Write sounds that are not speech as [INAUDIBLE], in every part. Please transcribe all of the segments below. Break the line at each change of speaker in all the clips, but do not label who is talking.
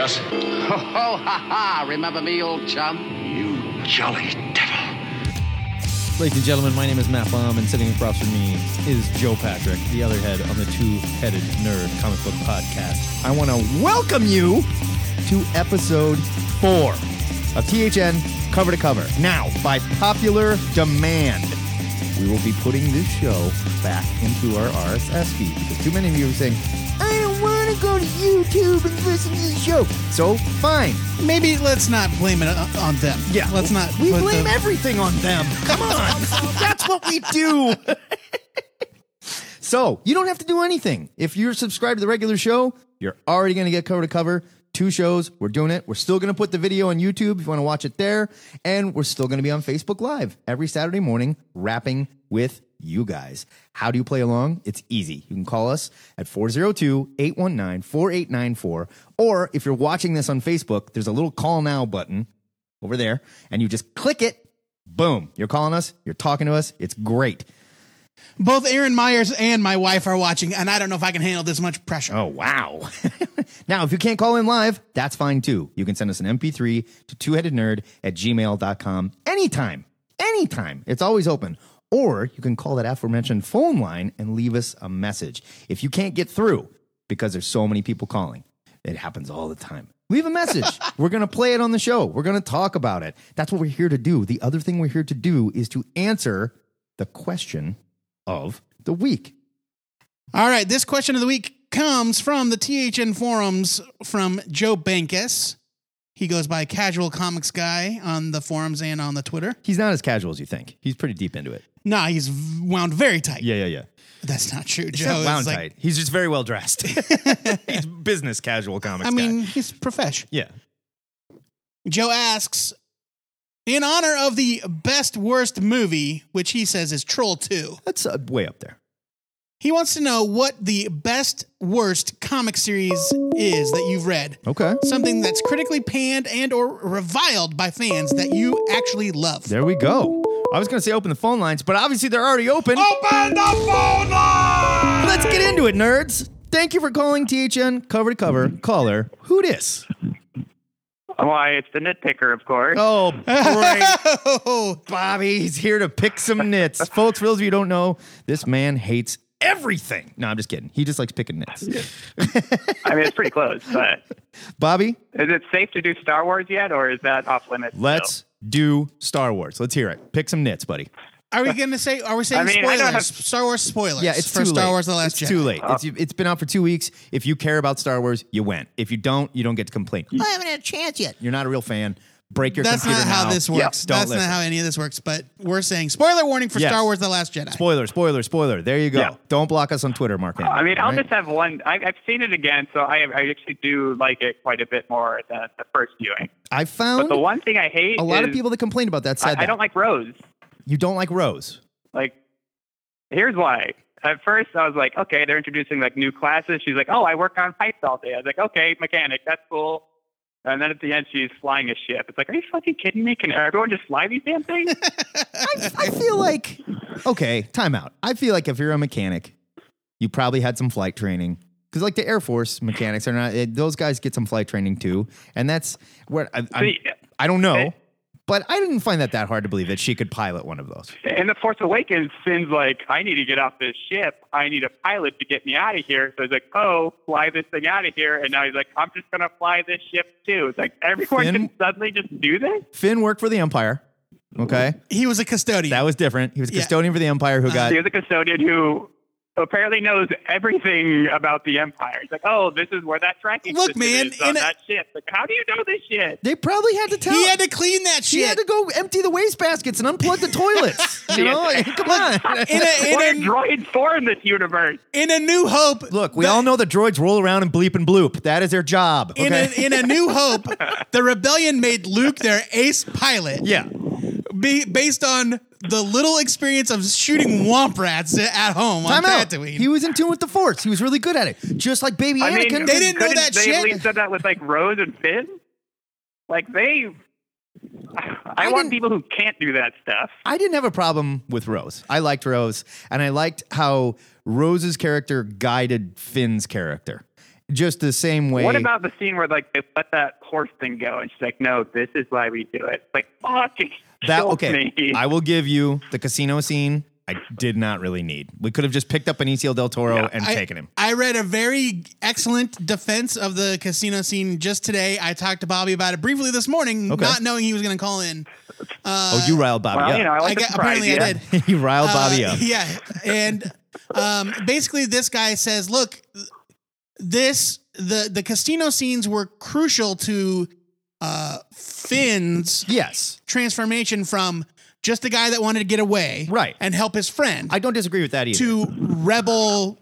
us.
[LAUGHS] Ho, ho, Oh, ha, ha. Remember me, old chum?
You jolly devil.
Ladies and gentlemen, my name is Matt Baum, and sitting across from me is Joe Patrick, the other head on the Two Headed Nerd comic book podcast.
I want to welcome you to episode four of THN Cover to Cover. Now, by popular demand, we will be putting this show back into our RSS feed because too many of you are saying, I don't want to go to YouTube and listen to the show. So, fine.
Maybe let's not blame it o- on them. let's not.
We
put
blame
the-
everything on them. Come
[LAUGHS]
on. That's what we do. so you don't have to do anything. If you're subscribed to the regular show, you're already going to get cover to cover. Two shows. We're doing it. We're still going to put the video on YouTube if you want to watch it there. And we're still going to be on Facebook Live every Saturday morning, rapping with you guys. How do you play along? It's easy. You can call us at 402 819 4894. Or if you're watching this on Facebook, there's a little call now button over there and you just click it boom you're calling us you're talking to us it's great
Both Aaron Myers and my wife are watching, and I don't know if I can handle this much pressure.
oh wow now if you can't call in live that's fine too you can send us an mp3 to two-headednerd at gmail.com anytime anytime it's always open or you can call that aforementioned phone line and leave us a message if you can't get through because there's so many people calling it happens all the time leave a message we're going to play it on the show we're going to talk about it that's what we're here to do the other thing we're here to do is to answer the question of the week
All right, this question of the week comes from the THN forums from Joe Bankus. He goes by Casual Comics Guy on the forums and on the Twitter.
He's not as casual as you think. He's pretty deep into it.
Nah, he's v- wound very tight.
Yeah, yeah, yeah.
That's not true.
He's
Joe
not
is
wound
like-
tight. He's just very well
[LAUGHS]
dressed. He's business casual comics.
I mean,
guy.
he's profesh.
yeah.
Joe asks, in honor of the best worst movie, which he says is Troll 2.
That's uh, way up there.
He wants to know what the best worst comic series is that you've read.
Okay.
Something that's critically panned and or reviled by fans that you actually love.
There we go. I was going to say open the phone lines, but obviously they're already open.
Open the phone line!
Let's get into it, nerds. Thank you for calling THN cover to cover. Caller, who dis?
Why, it's the nitpicker, of course. [LAUGHS]
Oh, great.
[LAUGHS] Oh,
Bobby, he's here to pick some nits. Folks, for those of you who don't know, this man hates everything. No, I'm just kidding. He just likes picking nits.
I mean, it's pretty close, but
[LAUGHS] Bobby,
is it safe to do Star Wars yet, or is that off limits? still?
Let's do Star Wars. Let's hear it. Pick some nits, buddy.
are we gonna say? Are we saying
I mean, I
spoilers?
don't have-
Star Wars spoilers.
Uh, Yeah, it's
for
too
Star
late.
Wars: The Last
it's
Jedi.
too late.
Uh,
It's, it's been out for two weeks. If you care about Star Wars, you win. If you don't, you don't get to complain. I haven't had a chance yet. You're not a real fan. Break your
That's not
computer
how
now.
this works.
Don't
That's
listen.
not how any of this works. But we're saying spoiler warning for
Yes.
Star Wars: The Last Jedi.
spoiler, spoiler, spoiler. There you go.
Yeah.
Don't block us on Twitter, Mark. Hamill,
I mean, I'll
right?
just have one. I, I've seen it again, so I, I actually do like it quite a bit more than the first viewing.
I
But
found
the one thing I hate
a lot
is
of people that complained about that said
I, I
that.
don't like Rose.
you don't like Rose.
Like, here's why. At first, I was like, okay, they're introducing like new classes. She's like, oh, I work on pipes all day. I was like, okay, mechanic, that's cool. And then at the end, she's flying a ship. It's like, are you fucking kidding me? Can everyone just fly these damn things?
[LAUGHS] I, I feel like okay, timeout. I feel like if you're a mechanic, you probably had some flight training because, like, the Air Force mechanics are not; eh, those guys get some flight training too, and that's what I, I'm-
See,
I don't know.
eh.
But I didn't find that that hard to believe that she could pilot one of those.
And the Force Awakens seems like I need to get off this ship. I need a pilot to get me out of here. So he's like, "Oh, fly this thing out of here." And now he's like, "I'm just gonna fly this ship too." It's like everyone
Finn-
can suddenly just do this.
Finn worked for the Empire. Okay,
He was a custodian.
that was different. He was
Yeah. Uh,
custodian for the Empire
Uh-huh.
who got
He was a custodian who apparently knows everything about the Empire. He's like, "Oh, this is where that tracking
Look,
system
man,
is on
in a-
that ship." Like, how do you know this shit?
they probably had to tell.
he had to clean that
she
shit.
had to go empty the waste baskets and unplug the
[LAUGHS]
toilets. you know, come on.
in
What
a,
are
in a,
droids for in this universe?
in a New Hope.
Look, we
the-
all know the droids roll around and bleep and bloop. That is their job.
in,
okay?
a, in a New
[LAUGHS]
Hope, the rebellion made Luke their ace pilot,
Yeah.
be, based on the little experience of shooting womp rats at home on
Time out.
Tatooine.
He was in tune with the Force. He was really good at it. Just like baby
I mean,
Anakin.
They didn't know
couldn't
that
they
shit.
At least done that with like Rose and Finn. Like they, I,
I didn't-
want people who can't do that stuff.
I didn't have a problem with Rose. I liked Rose, and I liked how Rose's character guided Finn's character. just the same way.
What about the scene where like they let that horse thing go and she's like, "No, this is why we do it." It's like, fucking
that?
[LAUGHS] kill
Okay,
me.
I will give you the casino scene. I did not really need. We could have just picked up Benicio del Toro and
I-
taken him.
I read a very excellent defense of the casino scene just today. I talked to Bobby about it briefly this morning,
Okay.
not knowing he was going to call in.
oh, you riled Bobby
well,
up.
you know, I like
I
the
get-
surprise,
apparently I
yeah.
[LAUGHS]
did.
you riled
Uh,
Bobby up.
Yeah. And um, basically, this guy says, look, this, the, the casino scenes were crucial to uh, Finn's
Yes,
transformation from just a guy that wanted to get away
Right.
and help his friend
I don't disagree with that either.
to rebel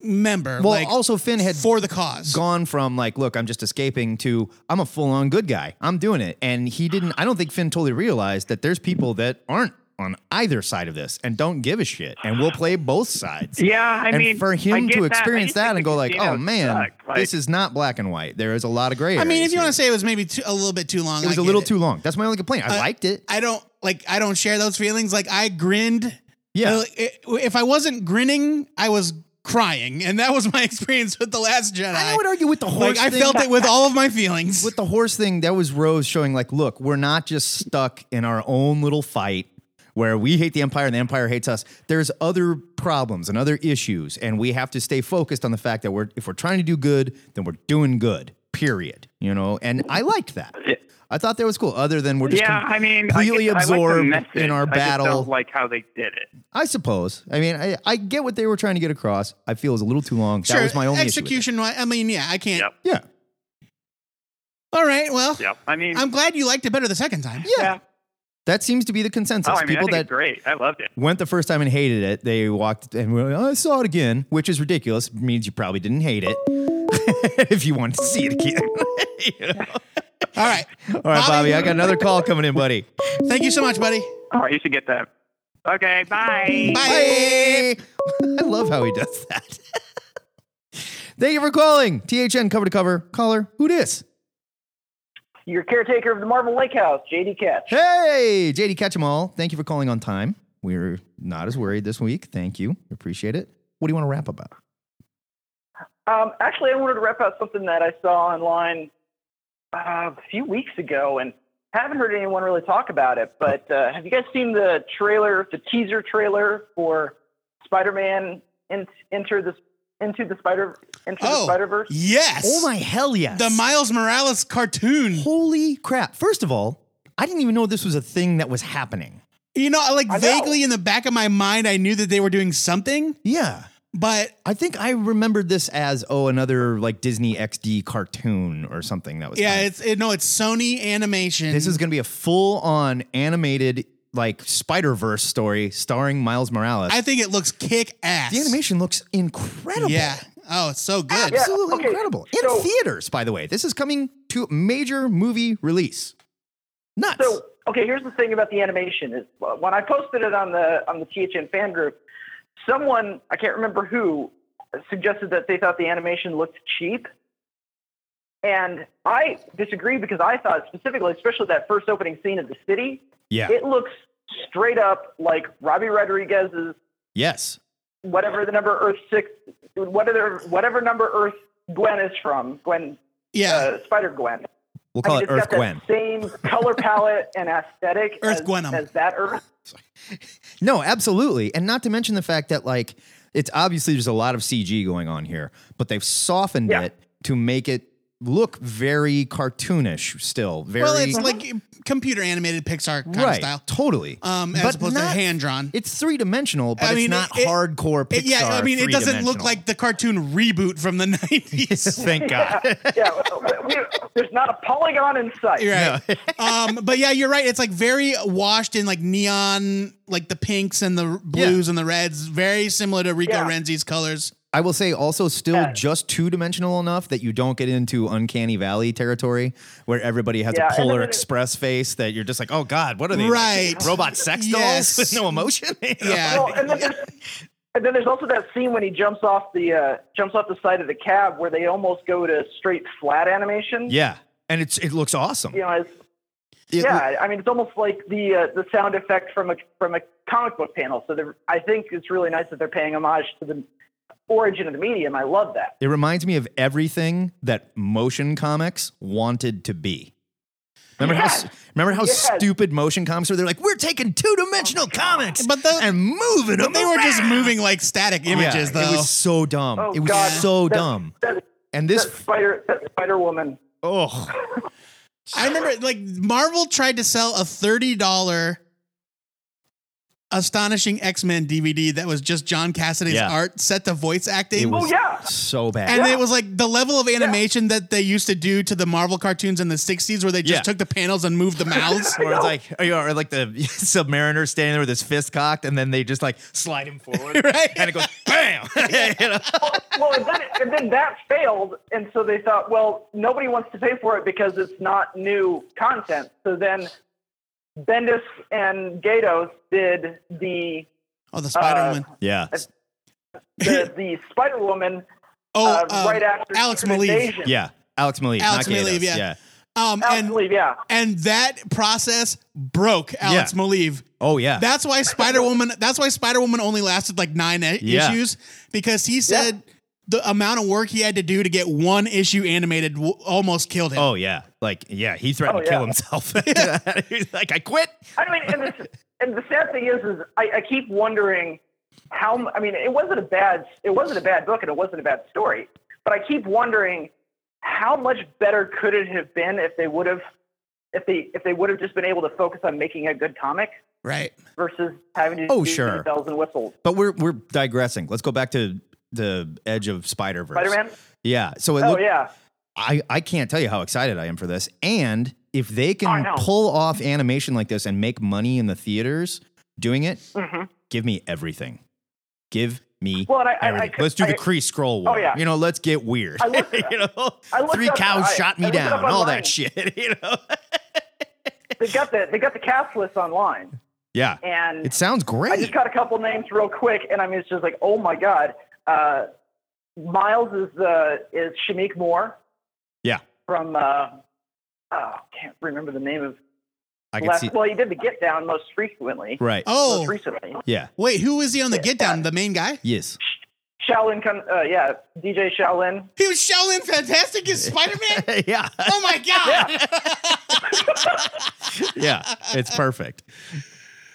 member.
well,
like,
also Finn had
for the cause.
gone from like, look, I'm just escaping to I'm a full on good guy. I'm doing it. And he didn't, I don't think Finn totally realized that there's people that aren't on either side of this and don't give a shit and will play both sides.
Yeah, I
and
mean,
for
I
him
get
to
that. I
experience
just
that,
think
and
the
go like,
casinos
oh man,
suck. Like,
this is not black and white. There is a lot of gray.
I mean, if you want
areas
to say it was maybe too, a little bit too long,
here. it was
a
a little too long. That's my only complaint. I
Uh,
liked it.
I don't like. I don't share those feelings. Like I grinned.
Yeah.
Uh, i- if I wasn't grinning, I was crying, and that was my [LAUGHS] experience with the Last Jedi.
I would argue with the horse.
like I
thing-
felt it
[LAUGHS]
with all of my feelings.
with the horse thing, that was Rose showing like, look, we're not just stuck in our own little fight where we hate the empire and the empire hates us. There's other problems and other issues, and we have to stay focused on the fact that we're if we're trying to do good, then we're doing good. Period. You know, and I liked that. I thought that was cool. Other than we're just
yeah, I mean, I
completely
get- I like the
absorbed
message.
in our
I just
battle.
don't like how they did it.
I suppose. I mean, I, I get what they were trying to get across. I feel it was a little too long.
sure,
that was my only issue with it.
execution. I mean, yeah, I can't.
Yep.
Yeah.
All right, well,
Yeah, I mean,
I'm glad you liked it better the second time.
yeah,
yeah.
That seems to be the consensus.
Oh, I mean, I
People
think
that
it's great. I loved it.
went the first time and hated it. They walked and were like, oh, I saw it again, which is ridiculous. It means you probably didn't hate it [LAUGHS] if you wanted to see it again. [LAUGHS] You know?
All right,
All right, Bobby, I got another [LAUGHS] call coming in, buddy.
thank you so much, buddy.
All right, you should get that. Okay, bye.
Bye. [LAUGHS] I love how he does that. Thank you for calling. THN cover to cover. Caller, who dis?
Your caretaker of the Marvel Lake House, JD Catch.
Hey, JD Catch 'em all. Thank you for calling on time. We're not as worried this week. Thank you. Appreciate it. What do you want to rap about?
Um, actually, I wanted to wrap out something that I saw online uh, a few weeks ago and haven't heard anyone really talk about it. But uh, have you guys seen the trailer, the teaser trailer for Spider-Man in, Enter the Into the Spider Into the Spider
Oh,
Verse?
yes.
hell yes.
The Miles Morales cartoon.
Holy crap. First of all, I didn't even know this was a thing that was happening.
You know, like
I know.
vaguely in the back of my mind, I knew that they were doing something,
Yeah.
but
I think I remembered this as, oh, another like Disney XD cartoon or something that was.
yeah,
coming.
it's it, no, it's Sony Animation.
this is going to be a full on animated like Spider Verse story starring Miles Morales.
I think it looks kick ass.
the animation looks incredible.
yeah. Oh, it's so good.
Absolutely
okay,
incredible. In
so-
theaters, by the way. This is coming to major movie release. Nuts.
So okay, here's the thing about the animation is uh, when I posted it on the on the THN fan group, someone I can't remember who suggested that they thought the animation looked cheap. And I disagree because I thought specifically, especially that first opening scene of the city,
yeah.
it looks straight up like Robbie Rodriguez's
yes.
whatever the number Earth six, whatever whatever number Earth Gwen is from, Gwen
Yeah.
uh, Spider Gwen.
We'll
I
call
mean,
it
it's
Earth
got
Gwen.
That same color palette and aesthetic
[LAUGHS] Earth
as,
Gwenum.
as that Earth.
No, absolutely. And not to mention the fact that like it's obviously there's a lot of CG going on here, but they've softened
Yeah.
it to make it look very cartoonish still. Very
well, it's like computer animated Pixar kind
right,
of style.
Totally.
Um, as
But
opposed to
not-
hand drawn.
It's three dimensional, but
I mean,
it's not
it-
hardcore Pixar.
yeah, I mean, it doesn't look
three-dimensional.
like the cartoon reboot from the [LAUGHS] 90s.
[LAUGHS] Thank God.
[LAUGHS] Yeah, we- we- there's not a polygon in sight.
You're right. [LAUGHS] um, but yeah, you're right. It's like very washed in like neon, like the pinks and the blues and the reds, very similar to Rico
Yeah.
Renzi's colors.
I will say also still
Yeah.
just two dimensional enough that you don't get into uncanny valley territory where everybody has
Yeah,
a
and
polar
then it-
express face that you're just like, oh God, what are they? like,
Right.
robot sex dolls
Yes.
with no emotion? [LAUGHS] You know?
[LAUGHS] Yeah.
Well, and, then there's, and then there's also that scene when he jumps off the uh, jumps off the side of the cab where they almost go to straight flat animation.
Yeah. And it's it looks awesome.
You know, it's,
It-
yeah. I mean, it's almost like the uh, the sound effect from a from a comic book panel. So they're- I think it's really nice that they're paying homage to the origin of the medium. I love that.
It reminds me of everything that motion comics wanted to be. Remember
Yes.
how remember how
Yes.
stupid motion comics were? They're like, we're taking two dimensional comics,
But the-
and moving them.
They were just
around."
moving like static images,
Yeah,
though.
It was so dumb.
Oh,
it was
God.
so
That-
dumb.
That,
And this,
that spider, that Spider Woman.
oh,
I remember like Marvel tried to sell a $30 Astonishing X Men DVD that was just John Cassidy's
Yeah.
art set to voice
it
acting.
was
Oh yeah,
so bad.
and it was like the level of animation that they used to do to the Marvel cartoons in the 60s where they just
Yeah.
took the panels and moved
[LAUGHS]
the
[LAUGHS]
mouths.
Where it's like, oh, you are like the [LAUGHS] submariner standing there with his fist cocked, and then they just like slide him forward,
[LAUGHS] Right.
And it goes
[LAUGHS]
bam. [LAUGHS] You know?
well, and then, and then that failed, and so they thought, well, nobody wants to pay for it because it's not new content. So then Bendis and Gatos did the uh,
oh, the Spider Woman.
Yeah,
the, the Spider Woman
oh,
uh,
um,
right after
Alex
Secret
Maleev.
Invasion.
yeah. Alex Maleev,
Alex
not
Maleev,
Gatos.
yeah. Um,
Alex
and,
Maleev, yeah.
and that process broke Alex
Yeah.
Maleev.
Oh yeah.
That's why Spider Woman. That's why Spider Woman only lasted like nine i-
Yeah.
issues because he said the amount of work he had to do to get one issue animated w- almost killed him.
oh yeah. Like yeah, he threatened
Oh,
to kill
yeah.
himself. [LAUGHS] He's like, I quit.
I mean, and, this, and the sad thing is, is I, I keep wondering how. m- I mean, it wasn't a bad, it wasn't a bad book, and it wasn't a bad story. But I keep wondering how much better could it have been if they would have, if they if they would have just been able to focus on making a good comic
Right.
versus having to
Oh,
do
sure.
bells and whistles.
But we're we're digressing. Let's go back to the edge of Spider Verse.
Spider Man.
Yeah. So it
Oh
looked-
yeah.
I, I can't tell you how excited I am for this. And if they
I
can
know.
pull off animation like this and make money in the theaters doing it, [LAUGHS]
Mhm.
give me everything. Give me
Well, and I- I-
everything.
I-
let's do the
I- Oh,
Kree scroll war.
yeah.
You know, let's get weird.
I looked-
you know,
I looked
three
up-
cows
I-
shot
I
me
looked it up
down, all
online.
that shit. [LAUGHS] You know,
They got the they got the cast list online,
yeah,
and
it sounds great.
I just got a couple names real quick, and I mean, it's just like, oh my god, uh, Miles is uh, is Shamik Moore.
Yeah.
From uh, oh, I can't remember the name of
I can
last.
see.
Well, he did the Get Down most frequently.
Right.
Most
Oh,
recently,
Yeah.
[LAUGHS] wait. Who was he on the Get Down? The main guy.
Yes.
Shaolin, Kun- uh, yeah, DJ Shaolin.
He was Shaolin Fantastic as Spider Man.
[LAUGHS] yeah.
Oh my
[LAUGHS]
god.
Yeah. It's
[LAUGHS]
perfect.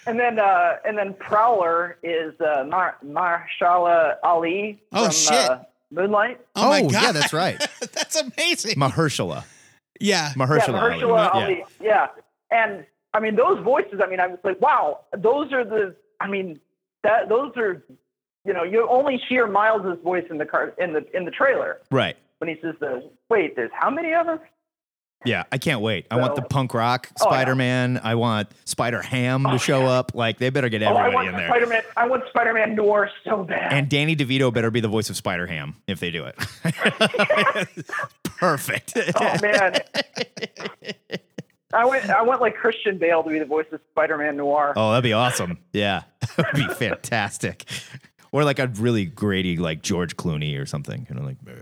And then, uh, and then Prowler is uh, Mar- Marshala Ali
Oh,
from
shit.
Uh, Moonlight.
Oh my
Oh,
god.
yeah, that's
[LAUGHS]
right.
that's amazing.
Mahershala.
yeah.
Mahershala.
yeah,
Ali.
Mahershala
Yeah.
Ali. Yeah. and I mean those voices. I mean, I was like, wow, those are the. I mean, that those are. You know, you only hear Miles's voice in the car in the in the trailer
Right.
when he says the wait. There's how many of us?
Yeah, I can't wait. I want
So-
the punk rock
Oh, yeah.
Spider Man. I want Spider Ham to show up. Like they better get
Oh, I
everybody
want
in there.
Spider Man. I want Spider Man Noir so bad.
and Danny DeVito better be the voice of Spider Ham if they do it. [LAUGHS]
[LAUGHS]
Perfect.
oh
[LAUGHS]
man. I went. I want like Christian Bale to be the voice of Spider-Man Noir.
Oh, that'd be awesome. Yeah, [LAUGHS] that'd be fantastic. Or like a really gritty, like George Clooney or something. You know, like "Eh,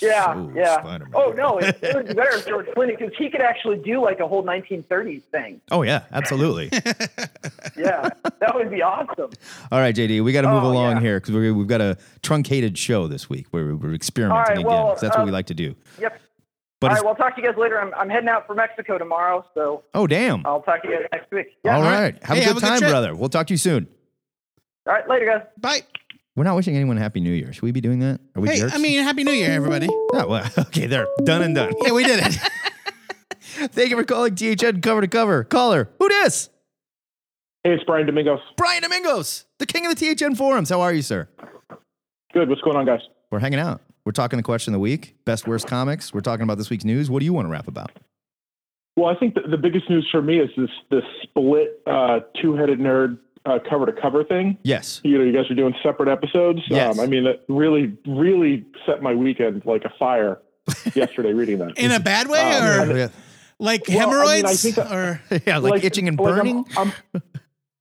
yeah,
so
yeah.
Spider-Man."
Oh no, it, it would be better if George Clooney because he could actually do like a whole 1930s thing.
Oh yeah,
[LAUGHS]
absolutely.
Yeah, that would be awesome.
All right, JD, we got to move
Oh,
along
yeah.
here because we've got a truncated show this week where we're experimenting
right,
again.
well,
'cause that's what we
um,
like to do.
Yep.
[LAUGHS] But
All
it's,
right, well, I'll talk to you guys later. I'm, I'm heading out for Mexico tomorrow, so
oh damn.
I'll talk to you guys next week. Yeah.
All
All
right.
right.
Have
Hey,
a good
have a good
time,
trip.
brother. We'll talk to you soon.
All right, later, guys.
Bye.
We're not wishing anyone a happy new year. Should we be doing that? Are we
Hey,
jerks?
I mean, Happy New Year, everybody.
[LAUGHS] Oh, well, okay, there. Done and done.
Yeah, we did it.
[LAUGHS]
[LAUGHS]
Thank you for calling THN cover to cover. Caller, who dis?
Hey, it's Brian Domingos.
Brian Domingos, the king of the THN forums. How are you, sir?
Good. What's going on, guys?
We're hanging out. We're talking the question of the week, best worst comics. We're talking about this week's news. What do you want to rap about?
Well, I think the, the biggest news for me is this this split uh, two headed nerd uh, cover to cover thing.
Yes.
You know, you guys are doing separate episodes. Um,
Yes.
I mean, it really, really set my weekend like a fire
[LAUGHS]
yesterday reading that.
In a bad way
Um,
or
yeah,
like
Well, I mean, I
hemorrhoids
think that-
[LAUGHS]
or
like, itching and
like,
burning.
I'm, I'm,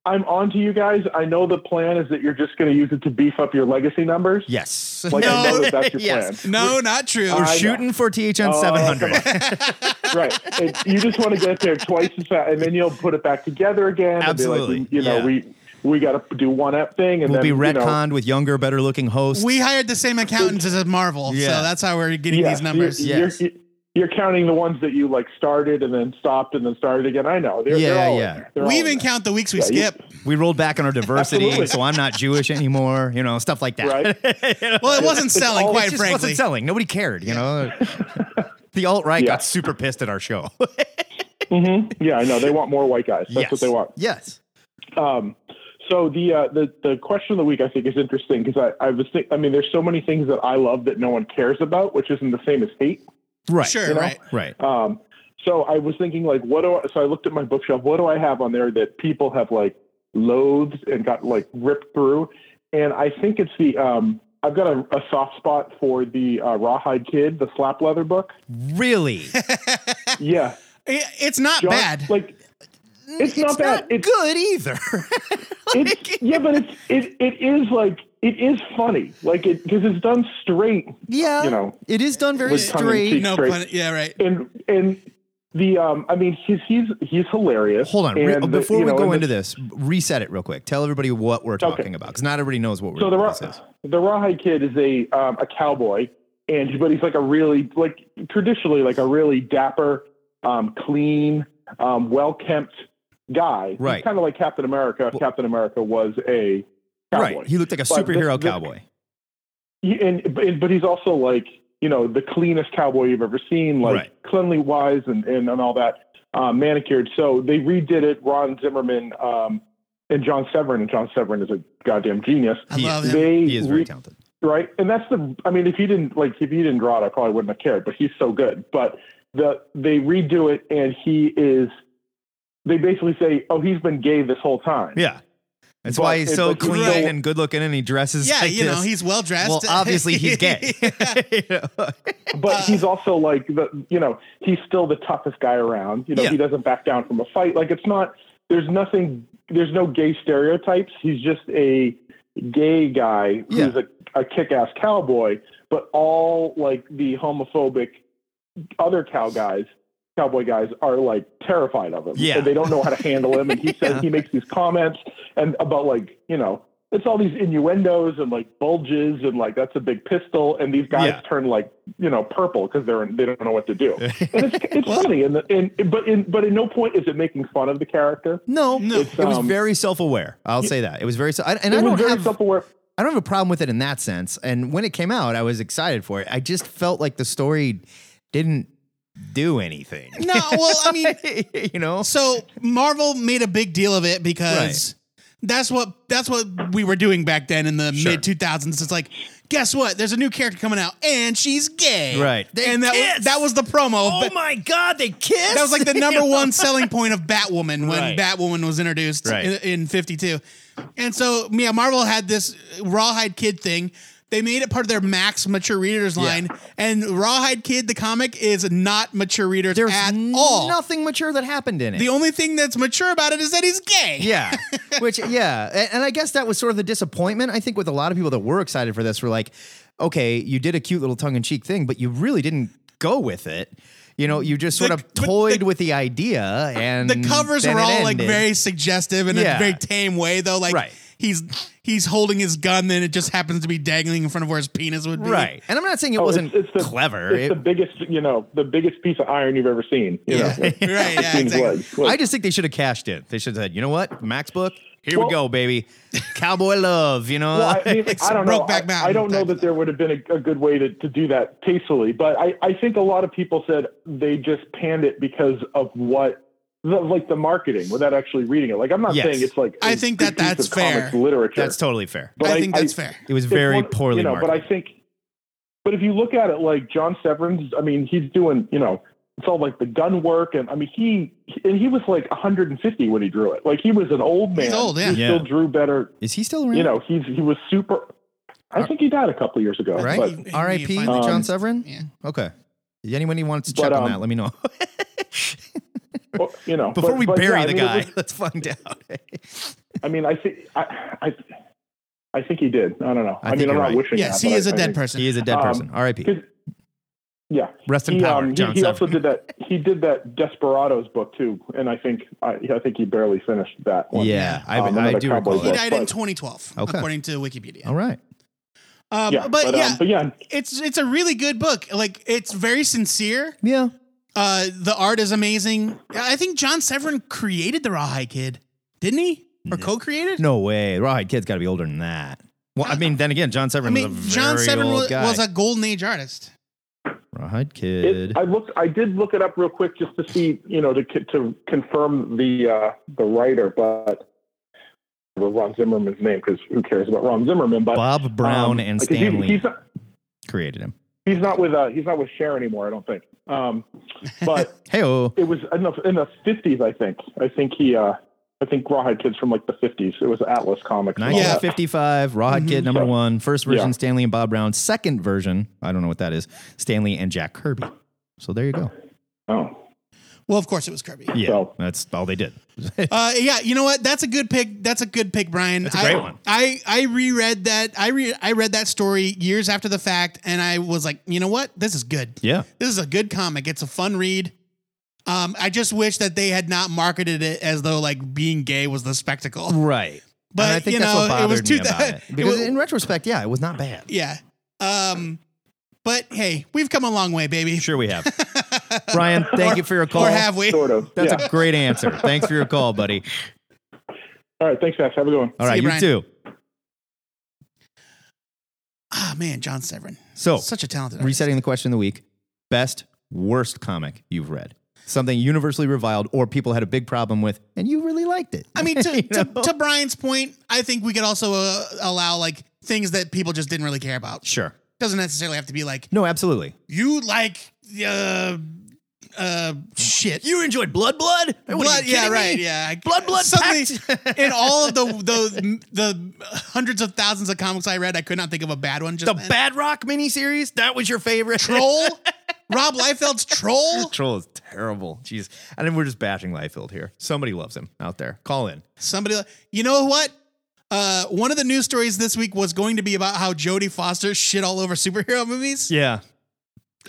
I'm on to you guys. I know the plan is that you're just going to use it to beef up your legacy numbers.
yes.
Like, I
No.
know
[LAUGHS]
that that's your
Yes.
no, not true.
We're
I know.
shooting for THN
Oh,
700.
plan. [LAUGHS] right. It- you just want to get there twice as fast, and then you'll put it back together again. and be like,
Absolutely.
you know,
Yeah.
we. we got to do one app thing, and
We'll
then
be
you know,
retconned with younger, better looking hosts.
We hired the same accountants as
[LAUGHS]
Marvel,
Yeah.
so that's how we're getting
yeah,
these numbers.
You're,
Yes.
you're, you're counting the ones that you like started and then stopped and then started again. I know. They're,
Yeah,
they're all in
yeah.
there. They're all
we
in
even
there.
count the weeks we
Yeah, you-
skip.
we rolled back on our diversity,
Absolutely.
so I'm not Jewish anymore, you know, stuff like that.
Right.
[LAUGHS] You know,
Well, it wasn't selling,
it
quite
just
frankly.
wasn't selling. Nobody cared, you know.
[LAUGHS]
the alt right
Yeah.
got super pissed at our show. [LAUGHS] Mm-hmm.
Yeah, I know. They want more white guys. That's
yes.
what they want.
Yes.
Um, so the, uh, the the question of the week I think is interesting because I I was think, I mean there's so many things that I love that no one cares about, which isn't the same as hate.
Right.
Sure,
know?
right.
Right.
Um, so I was thinking like what do I, so I looked at my bookshelf. What do I have on there that people have like loathed and got like ripped through? And I think it's the um, I've got a, a soft spot for the uh, Rawhide Kid, the slap leather book.
Really?
Yeah,
I- It's not
John-
bad.
Like it's not bad.
Not
It's
good either. [LAUGHS]
it's, yeah, but it's it it is like it is funny, like it because it's done straight,
yeah.
You know,
it is done very
with tongue in
straight.
cheek.
no
straight.
pun. Yeah, right.
and and the um, I mean, he's he's he's hilarious.
Hold on. Re- uh,
And the-
before
you
we
know,
go
and
into
the-
this, reset it real quick. Tell everybody what we're talking about because not everybody knows what we're
so the
what
raw,
this is.
the rawhide kid is a um, a cowboy, and but he's like a really like traditionally like a really dapper, um, clean, um, well kempt guy.
Right.
kind of like Captain America. Captain America was a cowboy.
Right. He looked like a
But this-
superhero
this-
cowboy.
He- and but- but he's also like you know the cleanest cowboy you've ever seen, like
Right.
cleanly wise and and, and all that uh, manicured. So they redid it. Ron Zimmerman um, and John Severin, and John Severin is a goddamn genius.
I
He
love
is-
him.
They
He is very
re-
talented.
right, and that's the. I mean, if he didn't like, if he didn't draw it, I probably wouldn't have cared. But he's so good. But the they redo it, and he is. They basically say, "Oh, he's been gay this whole time."
Yeah. That's
But
why he's
it-
so
but he's
clean
so-
and good looking and he dresses
Yeah,
like
you know,
this.
he's well dressed.
Well, obviously
[LAUGHS]
he's gay. You know?
but
Uh,
he's also like the you know he's still the toughest guy around you know
Yeah.
he doesn't back down from a fight like it's not there's nothing there's no gay stereotypes he's just a gay guy who's
Yeah.
a, a kick-ass cowboy but all like the homophobic other cow guys cowboy guys are like terrified of him
Yeah.
and they don't know how to
[LAUGHS]
handle him and he says he makes these comments and about like you know it's all these innuendos and like bulges and like that's a big pistol and these guys
Yeah.
turn like you know purple because they're they don't know what
[LAUGHS]
to do and it's, it's funny and, the, and but in but at no point is it making fun of the character
no,
No.
it was
um,
very self aware. I'll say that. It was very, se- I, and
it
I
was
don't
very
have,
self-aware
I don't have a problem with it in that sense. And when it came out, I was excited for it. I just felt like the story didn't do anything.
no, well, I mean,
[LAUGHS] you know?
so Marvel made a big deal of it because that's what that's what we were doing back then in the
Sure.
mid 2000s. It's like, guess what? There's a new character coming out and she's gay.
Right. They
and that
kiss!
was, that was the promo.
Oh
Ba-
my God, they kissed.
that was like
[LAUGHS]
the number one selling point of Batwoman when
Right.
Batwoman was introduced
Right.
in, in 52. And so, yeah, Marvel had this Rawhide Kid thing. They made it part of their max mature readers line. And Rawhide Kid, the comic, is not mature readers
There's
at all.
nothing mature that happened in it.
The only thing that's mature about it is that he's gay. [LAUGHS]
Yeah. Which, yeah. And, and I guess that was sort of the disappointment, I think, with a lot of people that were excited for this were like, okay, you did a cute little tongue in cheek thing, but you really didn't go with it. You know, you just sort
The-
of
but the-
toyed with the idea and
The covers
then
are
it
all like
ended.
very suggestive in
Yeah.
a very tame way, though. Like
Right.
he's he's holding his gun, then it just happens to be dangling in front of where his penis would be.
right. And I'm not saying it
Oh,
wasn't
it's- it's the-
clever.
it's
It-
the biggest you know the biggest piece of iron you've ever seen you
Yeah.
know, like,
right. Yeah.
between his
Exactly.
legs. Like,
I just think they should have cashed in. They should have said, you know what, Max book, here we
Well-
go, baby, cowboy love. You know,
Well,
[LAUGHS]
[LAUGHS]
I, mean, I don't know.
Brokeback
I,
Mountain
I don't know
type
that there would have been a, a good way to, to do that tastefully, but I, I think a lot of people said they just panned it because of what, the, like the marketing, without actually reading it. Like I'm not
Yes.
saying it's like
I
a
think
good
that that's
piece of
fair.
comics literature.
that's totally fair.
But
I,
I-
think
I-
that's fair.
It was
It's
very
one-
poorly
you know,
marketed.
But I think, but if you look at it like John Severin's, I mean, he's doing you know. It's all like the gun work, and I mean, he and he was like 150 when he drew it. Like he was an old man.
He's old, yeah.
He
Yeah.
still drew better
Is he still around?
you know, he's he was super. I think he died a couple years ago,
right?
but
He-
R.I.P.
he
finally-
John
Um,
Severin.
Yeah.
Okay. If anyone who wants to
But,
check on
um,
that, let me know. [LAUGHS]
well, you know,
Before
but-
we
but, yeah,
bury
I
the
mean, it
guy, [LAUGHS]
was-
let's find out.
I mean, I think I, I, I think he did. I don't know.
I
I,
think
mean,
you're
I'm not
right.
wishing.
Yes,
that,
he
but
is
I-
a
I
dead
think-
person.
he is a dead
Um,
person. R.I.P.
Yeah.
Rest in
he,
power,
um, he,
John
he also
Sever.
did that. He did that Desperados book too, and I think I, I think he barely finished that one.
Yeah, I,
Um,
I
another
do
cowboy
recall
He
book.
that.
died in
but-
2012,
Okay.
according to Wikipedia.
All right.
Um,
Yeah,
but, yeah,
um, but yeah,
it's it's a really good book. Like it's very sincere.
Yeah.
Uh, the art is amazing. I think John Severin created the Rawhide Kid, didn't he? Or co-created?
No way. Rawhide Kid's got to be older than that. Well, I mean, then again, John
Uh, I
Severin
mean,
was a very
John Severin
old
was,
guy.
was a golden age artist.
Rawhide
It,
Kid.
I looked. I did look it up real quick just to see, you know, to c- to confirm the uh, the writer, but or Ron Zimmerman's name because who cares about Ron Zimmerman? But
Bob Brown
um,
and
like, he-
Stanley
he's not,
created him.
he's not with uh, he's not with Cher anymore, I don't think.
[LAUGHS]
Um, but
Hey, oh.
it was in the in the fifties, I think. I think he. Uh, I think Rawhide Kids from like the fifties. It was Atlas Comics. and all that.
1955, Rawhide Kid number
So-
one. First version,
Mm-hmm. Yeah.
Stanley and Bob Brown. Second version, I don't know what that is, Stanley and Jack Kirby. So there you go.
Oh,
Well, of course it
[LAUGHS]
was Kirby.
Yeah,
So-
that's all they did.
Uh, yeah, you know what? That's a good pick. That's a good pick, Brian.
That's a
I,
great one.
I I reread that. I re I read that story years after the fact, and I was like, you know what? This is good.
yeah.
This is a good comic. It's a fun read. Um, I just wish that they had not marketed it as though like being gay was the spectacle.
Right.
But
and I think
you
that's
know,
what bothered
it was too
me about
[LAUGHS]
it. Because in retrospect, yeah, it was not bad.
yeah. Um, but hey, we've come a long way, baby.
Sure, we
[LAUGHS]
have. Brian, thank you for your call.
Or have we?
sort of.
That's
yeah.
a great answer. Thanks
[LAUGHS]
for your call,
[LAUGHS]
buddy.
All right. Thanks, guys. Have a good one.
All
See
right,
you,
you,
Brian.
too.
Ah man, John Severin,
So,
such a talented. artist.
resetting the question of the week best, worst comic you've read? Something universally reviled or people had a big problem with, and you really liked it. [LAUGHS]
I mean, to,
You
to,
know?
to Brian's point, I think we could also uh, allow like things that people just didn't really care about.
sure.
Doesn't necessarily have to be like
No, absolutely.
you like uh uh shit. You
enjoyed Blood Blood?
blood, yeah, right, yeah. I-
Blood, blood,
Suddenly,
pact.
[LAUGHS] in
[LAUGHS]
all of the the the hundreds of thousands of comics I read, I could not think of a bad one. Just
The
then.
Bad Rock miniseries? That was your favorite? [LAUGHS]
troll, Rob Liefeld's troll.
Troll is terrible. Jeez. And then we're just bashing Liefeld here. Somebody loves him out there. Call in.
Somebody, li- you know what? Uh, one of the news stories this week was going to be about how Jodie Foster shit all over superhero movies.
Yeah.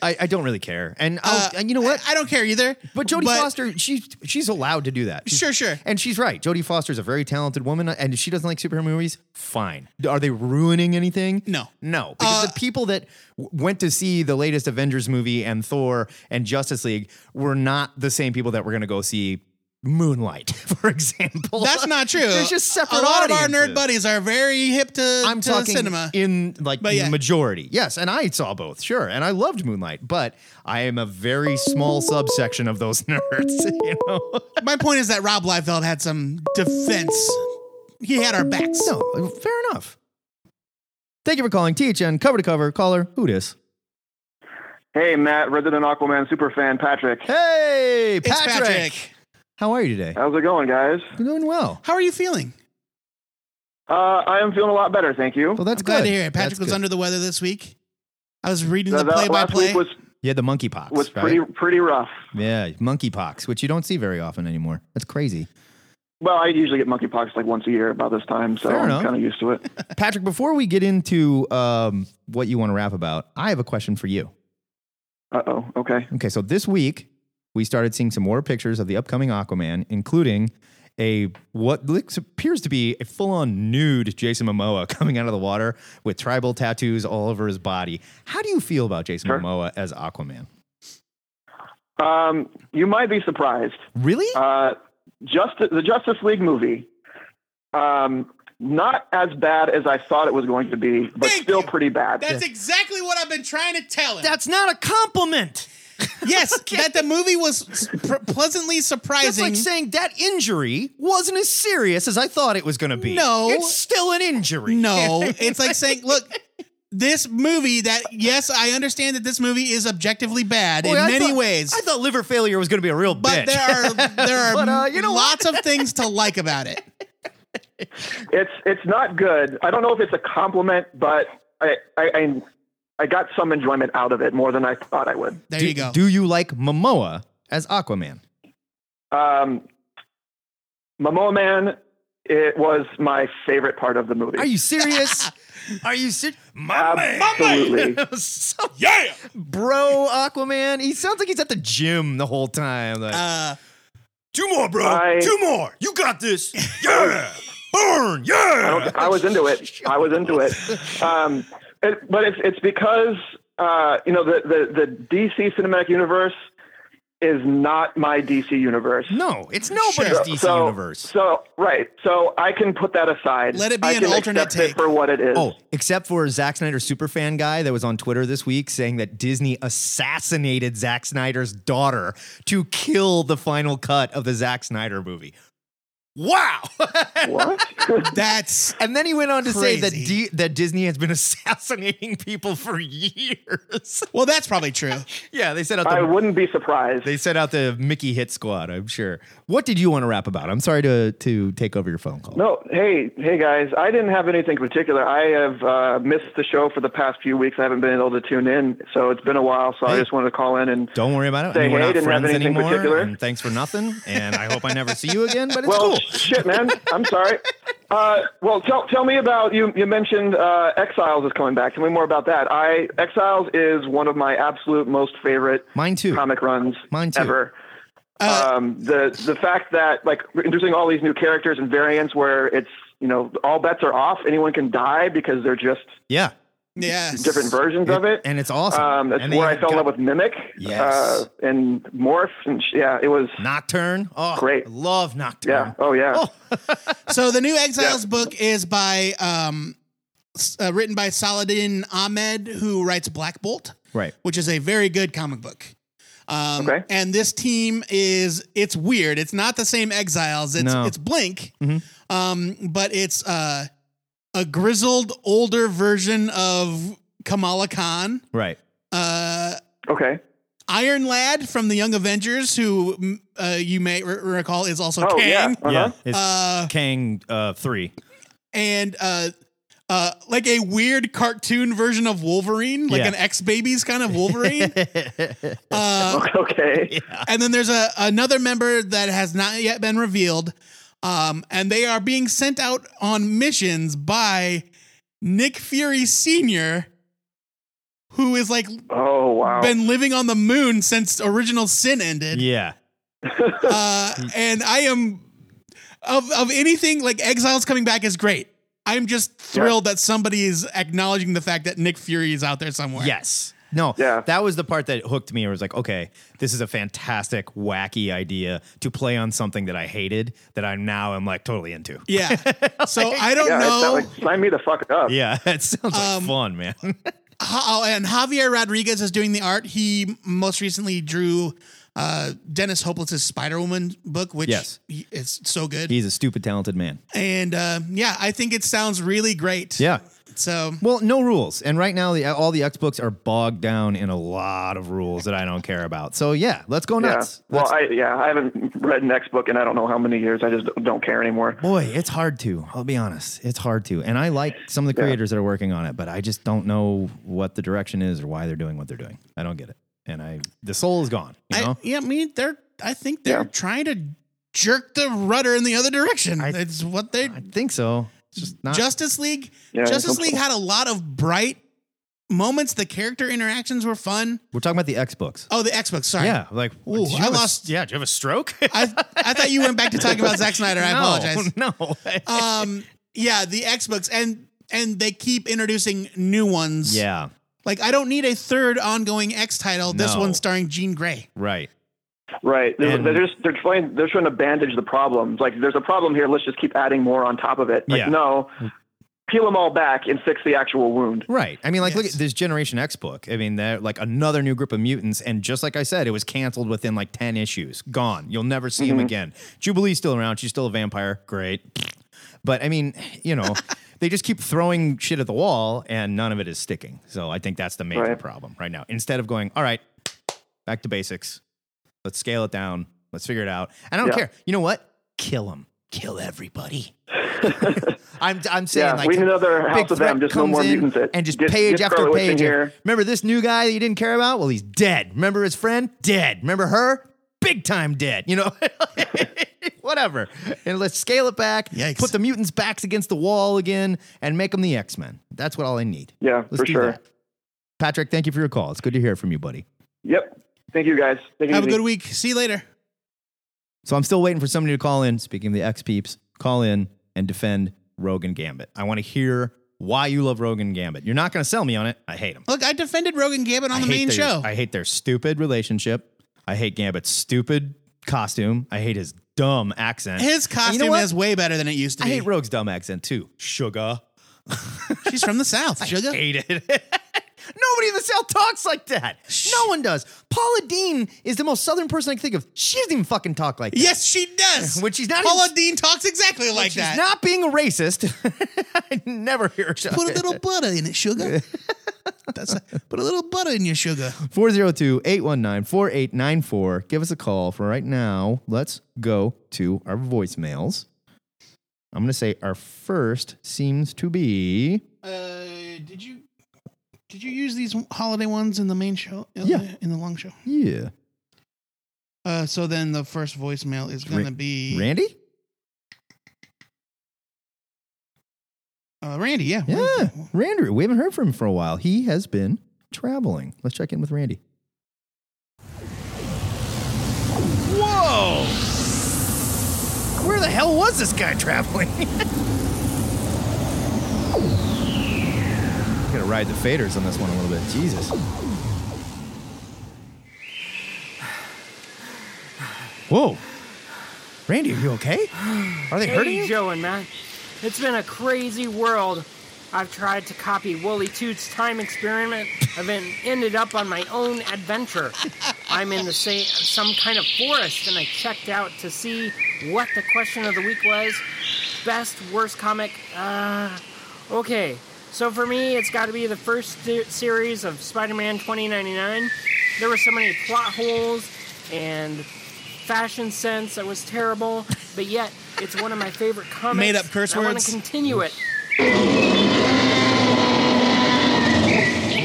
I, I don't really care. And I'll,
Uh,
and you know what?
I, I don't care either.
but Jodie Foster, she she's allowed to do that. She's-
Sure, sure.
And she's right. Jodie Foster's a very talented woman and if she doesn't like superhero movies, fine. Are they ruining anything?
No. Uh,
No, because the people that w- went to see the latest Avengers movie and Thor and Justice League were not the same people that were going to go see Moonlight, [LAUGHS] for example. [LAUGHS]
That's not true.
There's just separate.
A lot of our
audiences.
nerd buddies are very hip to,
I'm
to
talking
cinema.
in like
But yeah.
the majority. Yes, and I saw both, sure, and I loved Moonlight, but I am a very small subsection of those [LAUGHS] nerds. You know,
My point is that Rob Liefeld had some defense. He had our backs.
no, fair enough. Thank you for calling THN cover to cover caller. Who dis?
Hey, Matt, resident Aquaman superfan Patrick.
Hey,
It's Patrick.
How are you today?
How's it going, guys?
I'm doing well.
How are you feeling?
Uh, I am feeling a lot better, thank you.
Well, that's
I'm glad
good.
to hear it. Patrick
That's
was
good.
under the weather this week. I was reading the
Uh, that
play by
last
play.
week was
You had the monkeypox.
was
right?
pretty pretty rough.
Yeah, monkeypox, which you don't see very often anymore. That's crazy.
Well, I usually get monkeypox like once a year about this time, so
Fair
I'm
enough.
kind of used to it.
Patrick, before we get into um, what you want to rap about, I have a question for you.
Uh oh. Okay.
Okay, so this week we started seeing some more pictures of the upcoming Aquaman, including a what looks appears to be a full-on nude Jason Momoa [LAUGHS] coming out of the water with tribal tattoos all over his body. How do you feel about Jason
Sure.
Momoa as Aquaman?
Um, you might be surprised.
Really?
Uh, just the Justice League movie. Um, not as bad as I thought it was going to be, but
Thank
still
you.
pretty bad.
That's exactly what I've been trying to tell him.
That's not a compliment.
[LAUGHS] yes,
[LAUGHS]
that the movie was s- pr- pleasantly
That's
surprising.
like saying that injury wasn't as serious as I thought it was going to be.
No.
It's still an injury. [LAUGHS]
No, it's like saying, look, this movie that, yes, I understand that this movie is objectively bad
Boy,
in
I
many
thought-
ways,
I thought liver failure was going to be a real bitch.
but
[LAUGHS]
there are there are
But, uh, you know
lots of things to like about it.
It's it's not good. I don't know if it's a compliment, but I I, I, I got some enjoyment out of it more than I thought I would.
There
do,
you go.
Do you like Momoa as Aquaman?
Um, Momoa Man It was my favorite part of the movie.
Are
[LAUGHS]
you serious? Are you serious? My [LAUGHS]
Absolutely.
man. so, yeah. Bro, Aquaman. He sounds like he's at the gym the whole time. Like,
Uh,
Two more, bro.
I-
Two more. You
[LAUGHS]
got this. Yeah. Burn. Yeah.
I was into it. I was into it. Um, it- but it's it's because uh, you know the, the the DC cinematic universe is not my DC universe.
No, it's nobody's
So-
DC
so,
universe.
So right. So I can put that aside.
Let it be
I
an
can
alternate
accept it
take.
for what it is.
Oh, except for Zack Snyder superfan guy that was on Twitter this week saying that Disney assassinated Zack Snyder's daughter to kill the final cut of the Zack Snyder movie. Wow. [LAUGHS]
What?
that's
And then he went on to say that
Crazy.
D- that Disney has been [LAUGHS] assassinating people for years.
well, that's probably true.
yeah, they set out
I
the
wouldn't be surprised.
they set out the Mickey Hit Squad. I'm sure. What did you want to rap about? I'm sorry to to take over your phone call.
No, hey, hey guys, I didn't have anything particular. I have uh, missed the show for the past few weeks. I haven't been able to tune in, so it's been a while. So I
Hey.
just wanted to call in and
Don't worry about it. I
Say
mean, we're
hey,
not
didn't have
friends
anything
anymore.
particular.
And thanks for nothing. And I hope I never see you again. But it's
well,
cool.
shit, man, I'm
[LAUGHS]
sorry. Uh, well, tell tell me about you. You mentioned uh, Exiles is coming back. Tell me more about that. I Exiles is one of my absolute most favorite
Mine too.
comic runs
Mine too.
ever.
Uh,
um, the the fact that like we're introducing all these new characters and variants where it's you know all bets are off. Anyone can die because they're just
[LAUGHS]
Yeah,
yeah.
different versions of it.
and it's awesome.
Um, that's
and they
where I
had
fell in
got-
love with Mimic
Yes.
uh, and Morph. And sh- yeah, it was.
Nocturne. Oh,
Great.
I love Nocturne.
Yeah. Oh, yeah.
Oh.
So the new Exiles book is by um, s- uh, written by Saladin Ahmed, who writes Black Bolt,
Right.
which is a very good comic book. Um,
Okay.
And this team is it's weird. It's not the same Exiles. It's
No.
it's Blink,
Mm-hmm.
um, but it's uh, a grizzled older version of Kamala Khan.
Right.
Uh,
Okay.
Iron Lad from the Young Avengers, who mm, uh, you may r- recall is also
Oh,
Kang,
yeah. Uh-huh.
Yeah. It's
Uh,
Kang uh, three.
and uh, uh, like a weird cartoon version of Wolverine, like
Yeah.
an ex babies kind
[LAUGHS]
of Wolverine. uh,
[LAUGHS] Okay.
and then there's a another member that has not yet been revealed, um, and they are being sent out on missions by Nick Fury Senior, who is like
Oh, wow.
[LAUGHS]
been living on the moon since original sin ended.
Yeah.
uh, and I am of of anything like Exiles coming back is great. I'm just thrilled that somebody is acknowledging the fact that Nick Fury is out there somewhere.
Yes. No,
Yeah.
that was the part that hooked me. It was like, okay, this is a fantastic, wacky idea to play on something that I hated that I now am like totally into.
Yeah. So I don't
yeah. it sound
know
like, sign me the fuck up.
Yeah, [LAUGHS] it sounds like
Um,
fun, man.
how oh, and Javier Rodriguez is doing the art. He most recently drew uh Dennis Hopeless's Spider-Woman book which
Yes.
he- is so [LAUGHS] good.
He's a stupid, talented man.
and uh yeah, I think it sounds really great.
Yeah.
So
Well, no rules. And right now, the, all the X books are bogged down in a lot of rules that I don't care about. So, yeah, let's go
Yeah.
Oh, nuts.
Well,
Let's-
I yeah, I haven't read next book in I don't know how many years. I just don't care anymore.
Boy, it's hard to. I'll be honest. It's hard to. And I like some of the
Yeah.
creators that are working on it, but I just don't know what the direction is or why they're doing what they're doing. I don't get it. And I, the soul is gone. You
I,
know?
yeah, I mean, they're. I think they're
Yeah.
trying to jerk the rudder in the other direction.
I-
It's what they.
I think so. It's just not.
Justice League.
Yeah, I
Justice
hope so.
League had a lot of bright moments. The character interactions were fun.
we're talking about the X books.
Oh, the X books. Sorry.
Yeah, like
Ooh,
did you
I
have a-
lost-
yeah, do you have a stroke?
I I thought you went back to talking about Zack Snyder. I
[LAUGHS] no,
apologize.
No,
Um. Yeah, the X books and and they keep introducing new ones.
yeah,
Like I don't need a third ongoing X title. This
No.
one starring Jean Grey.
right.
Right. They're,
And-
they're just they're trying they're trying to bandage the problems. Like there's a problem here. Let's just keep adding more on top of it. Like
Yeah.
no, peel them all back and fix the actual wound.
Right. I mean, like, look
Yes.
at this Generation X book. I mean, they're like another new group of mutants. And just like I said, it was canceled within like 10 issues. Gone. You'll never see
Mm-hmm.
him again. Jubilee's still around. She's still a vampire. Great. But I mean, you
[LAUGHS]
know, they just keep throwing shit at the wall and none of it is sticking. So I think that's the major
Right.
problem right now. Instead of going, all right, back to basics, let's scale it down, let's figure it out. And I don't
Yeah.
care. You know what? Kill them. Kill everybody. I'm, I'm saying
Yeah,
like
we need another
big
House of M,
threat
just no
comes
more
in
mutants that-
and just
get-
page
get
after
Scarlet Witch in
page.
here.
Remember this new guy that you didn't care about? Well, he's dead. Remember his friend? Dead. Remember her? Big time dead. You know, [LAUGHS] whatever. And let's scale it back,
Yikes.
put the mutants' backs against the wall again, and make them the X Men. That's what all I need.
Yeah,
Let's
for
do
sure.
that. Patrick, thank you for your call. It's good to hear from you, buddy.
Yep. Thank you guys. Take it
Have a
easy.
good week. See you later.
So I'm still waiting for somebody to call in. Speaking of the X peeps, call in and defend Rogan Gambit. I want to hear why you love Rogan Gambit. You're not going to sell me on it. I hate him.
Look, I defended Rogan Gambit on
I
the
hate
main
their-
show.
I hate their stupid relationship. I hate Gambit's stupid costume. I hate his dumb accent.
His
And you
costume
know what?
is way better than it used to
I
be.
hate Rogue's dumb accent too. Sugar.
[LAUGHS] She's from the South. Sugar.
Hate it. [LAUGHS] Nobody in the South talks like that. No one does. Paula Dean is the most Southern person I can think of. She doesn't even fucking talk like that.
Yes, she
[LAUGHS]
does.
When she's not
Paula
even-
Dean talks exactly like
She's
that.
not being a racist. I [LAUGHS] never hear her talk.
put a
[LAUGHS]
little butter in it, sugar. That's put a little butter in your sugar.
402 819 4894. Give us a call for right now. Let's go to our voicemails. I'm going to say our first seems to be.
Uh, did you did you use these holiday ones in the main show?
Yeah.
in the long show.
Yeah.
Uh, so then the first voicemail is gonna
Ra-
be [LAUGHS]
Randy?
Uh, Randy. Yeah,
Yeah. Randy. We haven't heard from him for a while. He has been traveling. Let's check in with Randy. Whoa! Where the hell was this guy traveling? [LAUGHS] Gotta ride the faders on this one a little bit. Jesus. Whoa. Randy, are you okay? Are they hurting you?
Hey, Joe and Matt. It's been a crazy world. I've tried to copy Wooly Toots' time experiment. I've been ended up on my own adventure. I'm in the same some kind of forest, and I checked out to see what the question of the week was. Best worst comic. Uh, okay, so for me, it's got to be the first se- series of Spider-Man 2099. There were so many plot holes and fashion sense that was terrible, but yet it's one of my favorite comics.
[LAUGHS] Made up curse
and I want
words.
to continue
[LAUGHS]
it.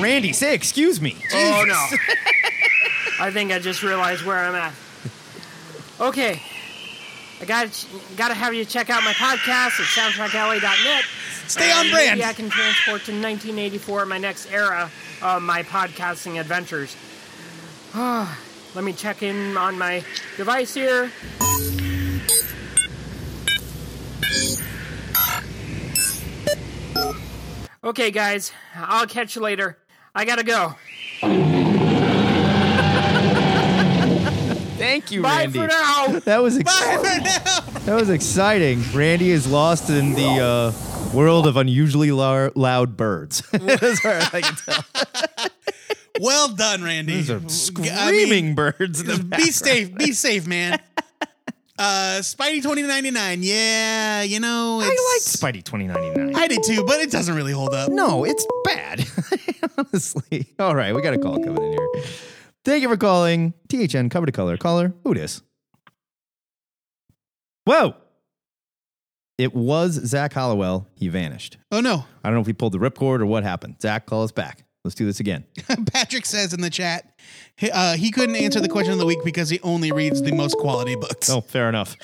Randy, say excuse me.
Oh no! I think I just realized where I'm at. Okay, I got got to have you check out my podcast at soundtrackalley.net.
Stay on
And
brand.
Maybe I can transport to 1984, my next era of my podcasting adventures. [SIGHS] Let me check in on my device here. Okay, guys, I'll catch you later. I gotta go.
Thank you,
Bye
Randy.
for now.
That was ex-
Bye for now.
that was exciting. Randy is lost in the uh, world of unusually lar- loud birds. That's all right, I can tell.
[LAUGHS] Well done, Randy.
These
I
are
mean,
screaming birds. In the [LAUGHS]
be
background.
safe. Be safe, man. Uh, Spidey 2099. Yeah, you know, it's,
I liked Spidey 2099.
I did too, but it doesn't really hold up.
No, it's bad. Honestly. [LAUGHS] All right, we got a call coming in here. Thank you for calling THN Cover to Color. Caller, who dis? Whoa! It was Zach Hollowell. He vanished.
Oh no.
I don't know if he pulled the ripcord or what happened. Zach, call us back. Let's do this
[LAUGHS]
again.
Patrick says in the chat, he- uh, he couldn't answer the question of the week because he only reads the most quality books.
Oh, fair enough.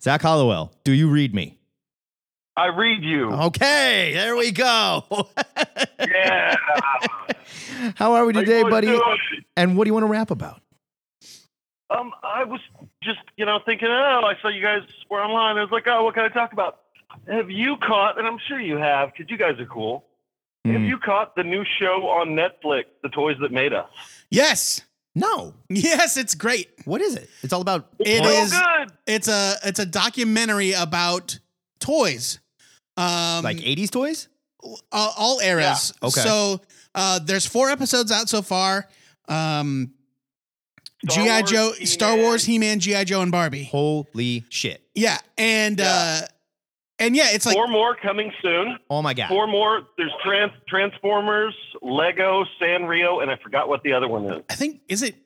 Zach Hollowell, do you read me?
I read you.
Okay, there we go.
[LAUGHS]
[LAUGHS]
Yeah.
How are we today,
How you
buddy?
doing?
And what do you want to rap about?
Um, I was just, you know, thinking, oh, I saw you guys were online. I was like, oh, what can I talk about? Have you caught, and I'm sure you have, because you guys are cool. Have
Hmm.
you caught the new show on Netflix, The Toys That Made Us?
Yes.
No.
Yes, it's great.
What is it? It's all about
It
so
is.
good.
It's a it's a documentary about toys. Um
like 80s toys?
uh, all eras.
Yeah. Okay.
So uh, there's four episodes out so far. Um,
Star
GI
Wars,
Joe, Star
He-Man.
Wars, He Man, GI Joe, and Barbie.
Holy shit.
Yeah, and Uh, and yeah, it's like
Four more coming soon.
Oh my God.
Four more. There's trans- Transformers, Lego, Sanrio, and I forgot what the other one is.
I think is it.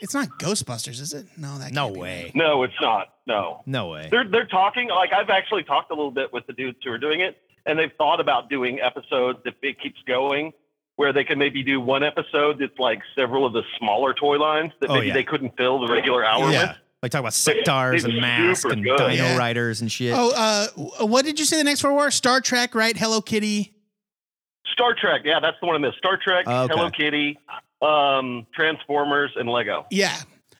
It's not Ghostbusters, is it? No, that
No
can't be.
way.
No, it's not. No.
No way.
they're they're talking like I've actually talked a little bit with the dudes who are doing it, and they've thought about doing episodes if it keeps going, where they can maybe do one episode that's like several of the smaller toy lines that
Oh,
maybe
yeah.
they couldn't fill the regular hour
Yeah.
with.
Like talk about sectars
These are
and masks
super
and
good.
Dino
Yeah.
Riders and shit.
Oh, uh, w- what did you say the next four were? Star Trek, right? Hello Kitty.
Star Trek. Yeah, that's the one I missed. Star Trek,
Oh, okay.
Hello Kitty, um, Transformers, and Lego.
Yeah.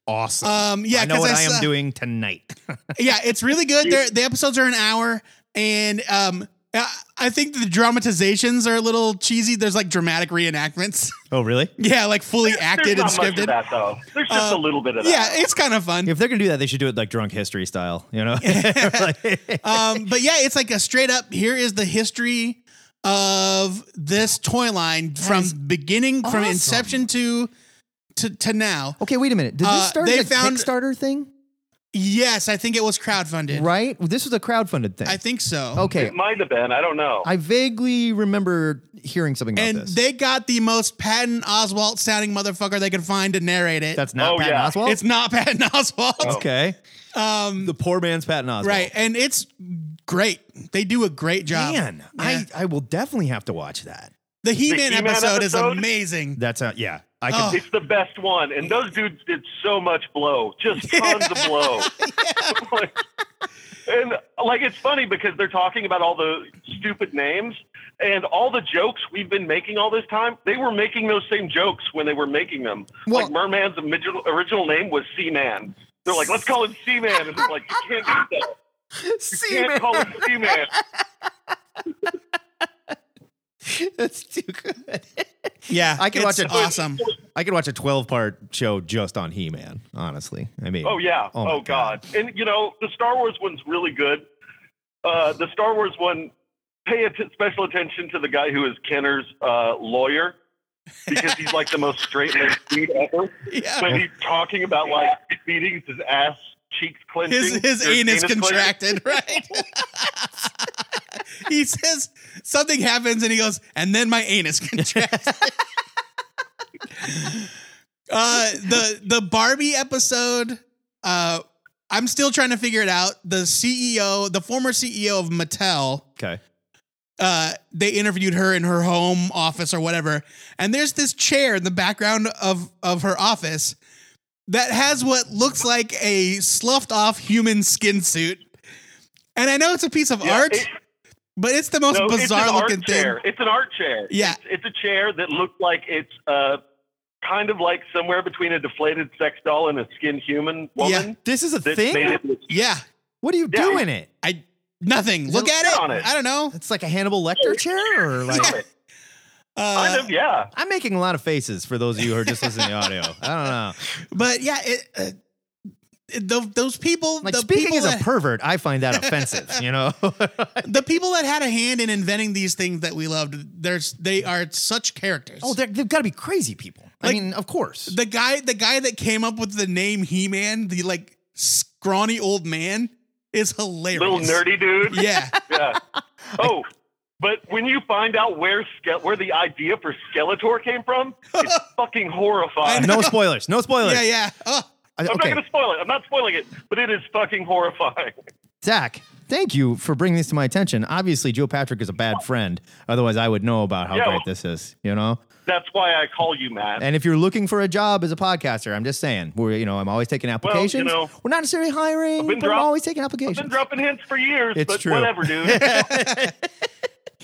Awesome.
Um, yeah,
I know
'cause
what
I
I, am
saw-
doing tonight.
yeah, it's really good. They're, the episodes are an hour, and um, I I think the dramatizations are a little cheesy. There's like dramatic reenactments. [LAUGHS]
Oh, really?
yeah, like fully acted and
There's not much of
scripted.
that though. There's just
Uh,
a little bit of that.
Yeah, it's kind of fun.
If they're gonna do that, they should do it like drunk history style, you
[LAUGHS]
know?
um, but yeah, it's like a straight up. Here is the history of this toy line from beginning, from
awesome.
inception to to to now.
Okay, wait a minute. Did this
Uh,
start
they
as a
found-
Kickstarter thing?
Yes, I think it was crowdfunded.
Right? This was a crowdfunded thing.
I think so.
okay.
It might have been. I don't know.
I vaguely remember hearing something about
And
this.
they got the most Patton Oswalt sounding motherfucker they could find to narrate it.
That's not
Oh,
Patton
yeah. Oh.
Oswalt.
it's not Patton [LAUGHS] Oswalt.
okay.
Oh. Um,
The poor man's Patton Oswalt.
right, and it's great. They do a great job.
Man,
Yeah.
I, I will definitely have to watch that.
the He-Man,
He-Man
episode, is
episode?
amazing.
That's how
[LAUGHS]
yeah. I can
it's the best one, and those dudes did so much blow, just tons of blow. Like, and like, it's funny because they're talking about all the stupid names and all the jokes we've been making all this time. They were making those same jokes when they were making them.
Well-
like Merman's original, original name was Seaman. They're like, let's call him Seaman, and they're like, you can't do that. You can't call him Seaman.
[LAUGHS]
That's too good.
Yeah,
I can watch
it's
it.
Awesome.
I could watch a twelve part show just on He Man, honestly. I mean
Oh yeah.
Oh,
Oh,
my
god. And you know, the Star Wars one's really good. Uh, the Star Wars one, pay att- special attention to the guy who is Kenner's uh, lawyer because he's like the most straight-laced [LAUGHS] dude ever.
Yeah.
When he's talking about like meetings, his ass cheeks clenching,
His his
or
anus
clenching.
contracted, right? he says something happens, and he goes, and then my anus contracted. [LAUGHS] uh, the the Barbie episode. Uh, I'm still trying to figure it out. The CEO, the former CEO of Mattel,
Okay.
uh, they interviewed her in her home office or whatever, and there's this chair in the background of of her office that has what looks like a sloughed off human skin suit. And I know it's a piece of
Yeah,
art,
it-
but it's the most
no,
bizarre
it's an
looking
art
thing.
chair. It's an art chair.
Yeah.
It's, it's a chair that looked like it's uh, kind of like somewhere between a deflated sex doll and a skinned human woman.
Yeah.
This is a
That
thing?
made it look
Yeah,
what are you
Yeah.
doing it?
I nothing. Look
it
at
on
it.
it?
I don't know.
It's like a Hannibal Lecter chair
[LAUGHS]
or like
Yeah.
kind
Uh,
of, yeah.
I'm making a lot of faces for those of you who are just listening to the audio. I
but yeah, it, uh, it- tho- those people,
don't know. Like
the
speaking
people
as a
that-
pervert, I find that offensive, you know? [LAUGHS]
the people that had a hand in inventing these things that we loved, there's they are such characters.
oh, they're- they've got to be crazy people. I
Like-
mean, of course.
the guy, the guy that came up with the name He Man, the like scrawny old man, is hilarious.
little nerdy dude.
[LAUGHS]
Yeah,
[LAUGHS]
[LAUGHS]
Yeah. Oh, but when you find out where Ske- where the idea for Skeletor came from,
[LAUGHS]
it's fucking horrifying.
no spoilers. No spoilers.
yeah, yeah. Oh,
I-
I'm
okay.
not going to spoil it. I'm not spoiling it, but it is fucking horrifying. [LAUGHS]
Zach, thank you for bringing this to my attention. Obviously, Joe Patrick is a bad friend. Otherwise, I would know about how
Yeah,
great
well-
this is, you know?
That's why I call you Matt.
And if you're looking for a job as a podcaster, I'm just saying, we're, you know, I'm always taking applications.
know,
we're not necessarily hiring,
I've
but
been
I'm
drop-
always taking
I've been
applications.
dropping hints for years,
It's
but
true.
whatever,
[LAUGHS]
dude.
[LAUGHS]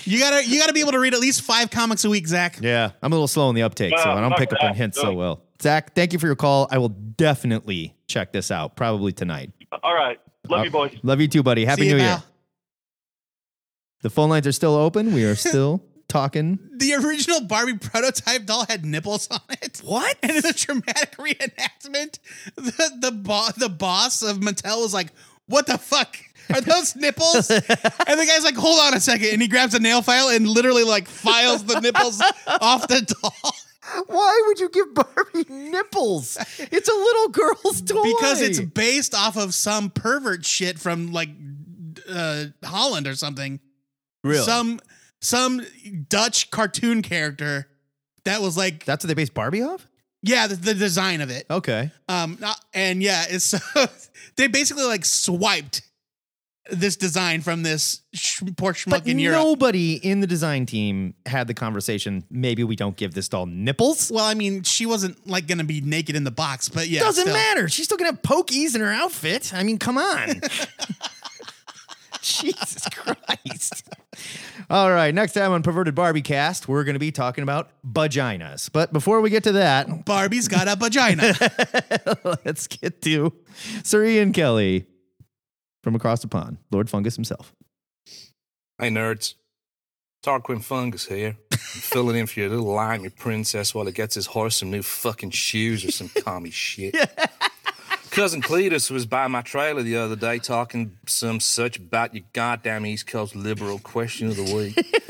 you gotta, you gotta be able to read at least five comics a week, Zach.
yeah, I'm a little slow in the uptake, so
Wow,
I don't
fuck
pick up on
that.
hints so
Ugh.
well. Zach, thank you for your call. I will definitely check this out, probably tonight.
All right. Love
Uh,
you, boys.
Love you too, buddy. Happy
See you,
New
pal.
Year. The phone lines are still open.
[LAUGHS]
We are still talking.
The original Barbie prototype doll had nipples on it. What? And in the dramatic reenactment, the the, bo- the boss of Mattel was like, "What the fuck are those nipples?" and the guy's like, "Hold on a second. and he grabs a nail file and literally like files
[LAUGHS]
the nipples off the doll
Why would you give Barbie nipples? It's a little girl's toy.
because it's based off of some pervert shit from like uh, Holland or something.
Really?
Some some Dutch cartoon character that was like,
That's what they based Barbie off?
yeah, the, the design of it.
Okay.
[LAUGHS] Um, not- and yeah, it's so they basically like swiped this design from this sh- poor schmuck
But
in Europe.
nobody in the design team had the conversation. Maybe we don't give this doll nipples.
Well, I mean, she wasn't like gonna be naked in the box, but yeah,
Doesn't
still. [LAUGHS]
matter. She's still gonna have pokies in her outfit. I mean, come on. Jesus Christ. All right, next time on Perverted Barbie Cast, we're gonna be talking about vaginas. But before we get to that,
Barbie's got a vagina.
[LAUGHS] let's get to Sir Ian Kelly from across the pond, Lord Fungus himself.
Hey, nerds. Tarquin Fungus here. I'm filling in for your little limey princess while he gets his horse some new fucking shoes or some commie shit. Cousin Cletus was by my trailer the other day talking some such about your goddamn East Coast liberal question of the week.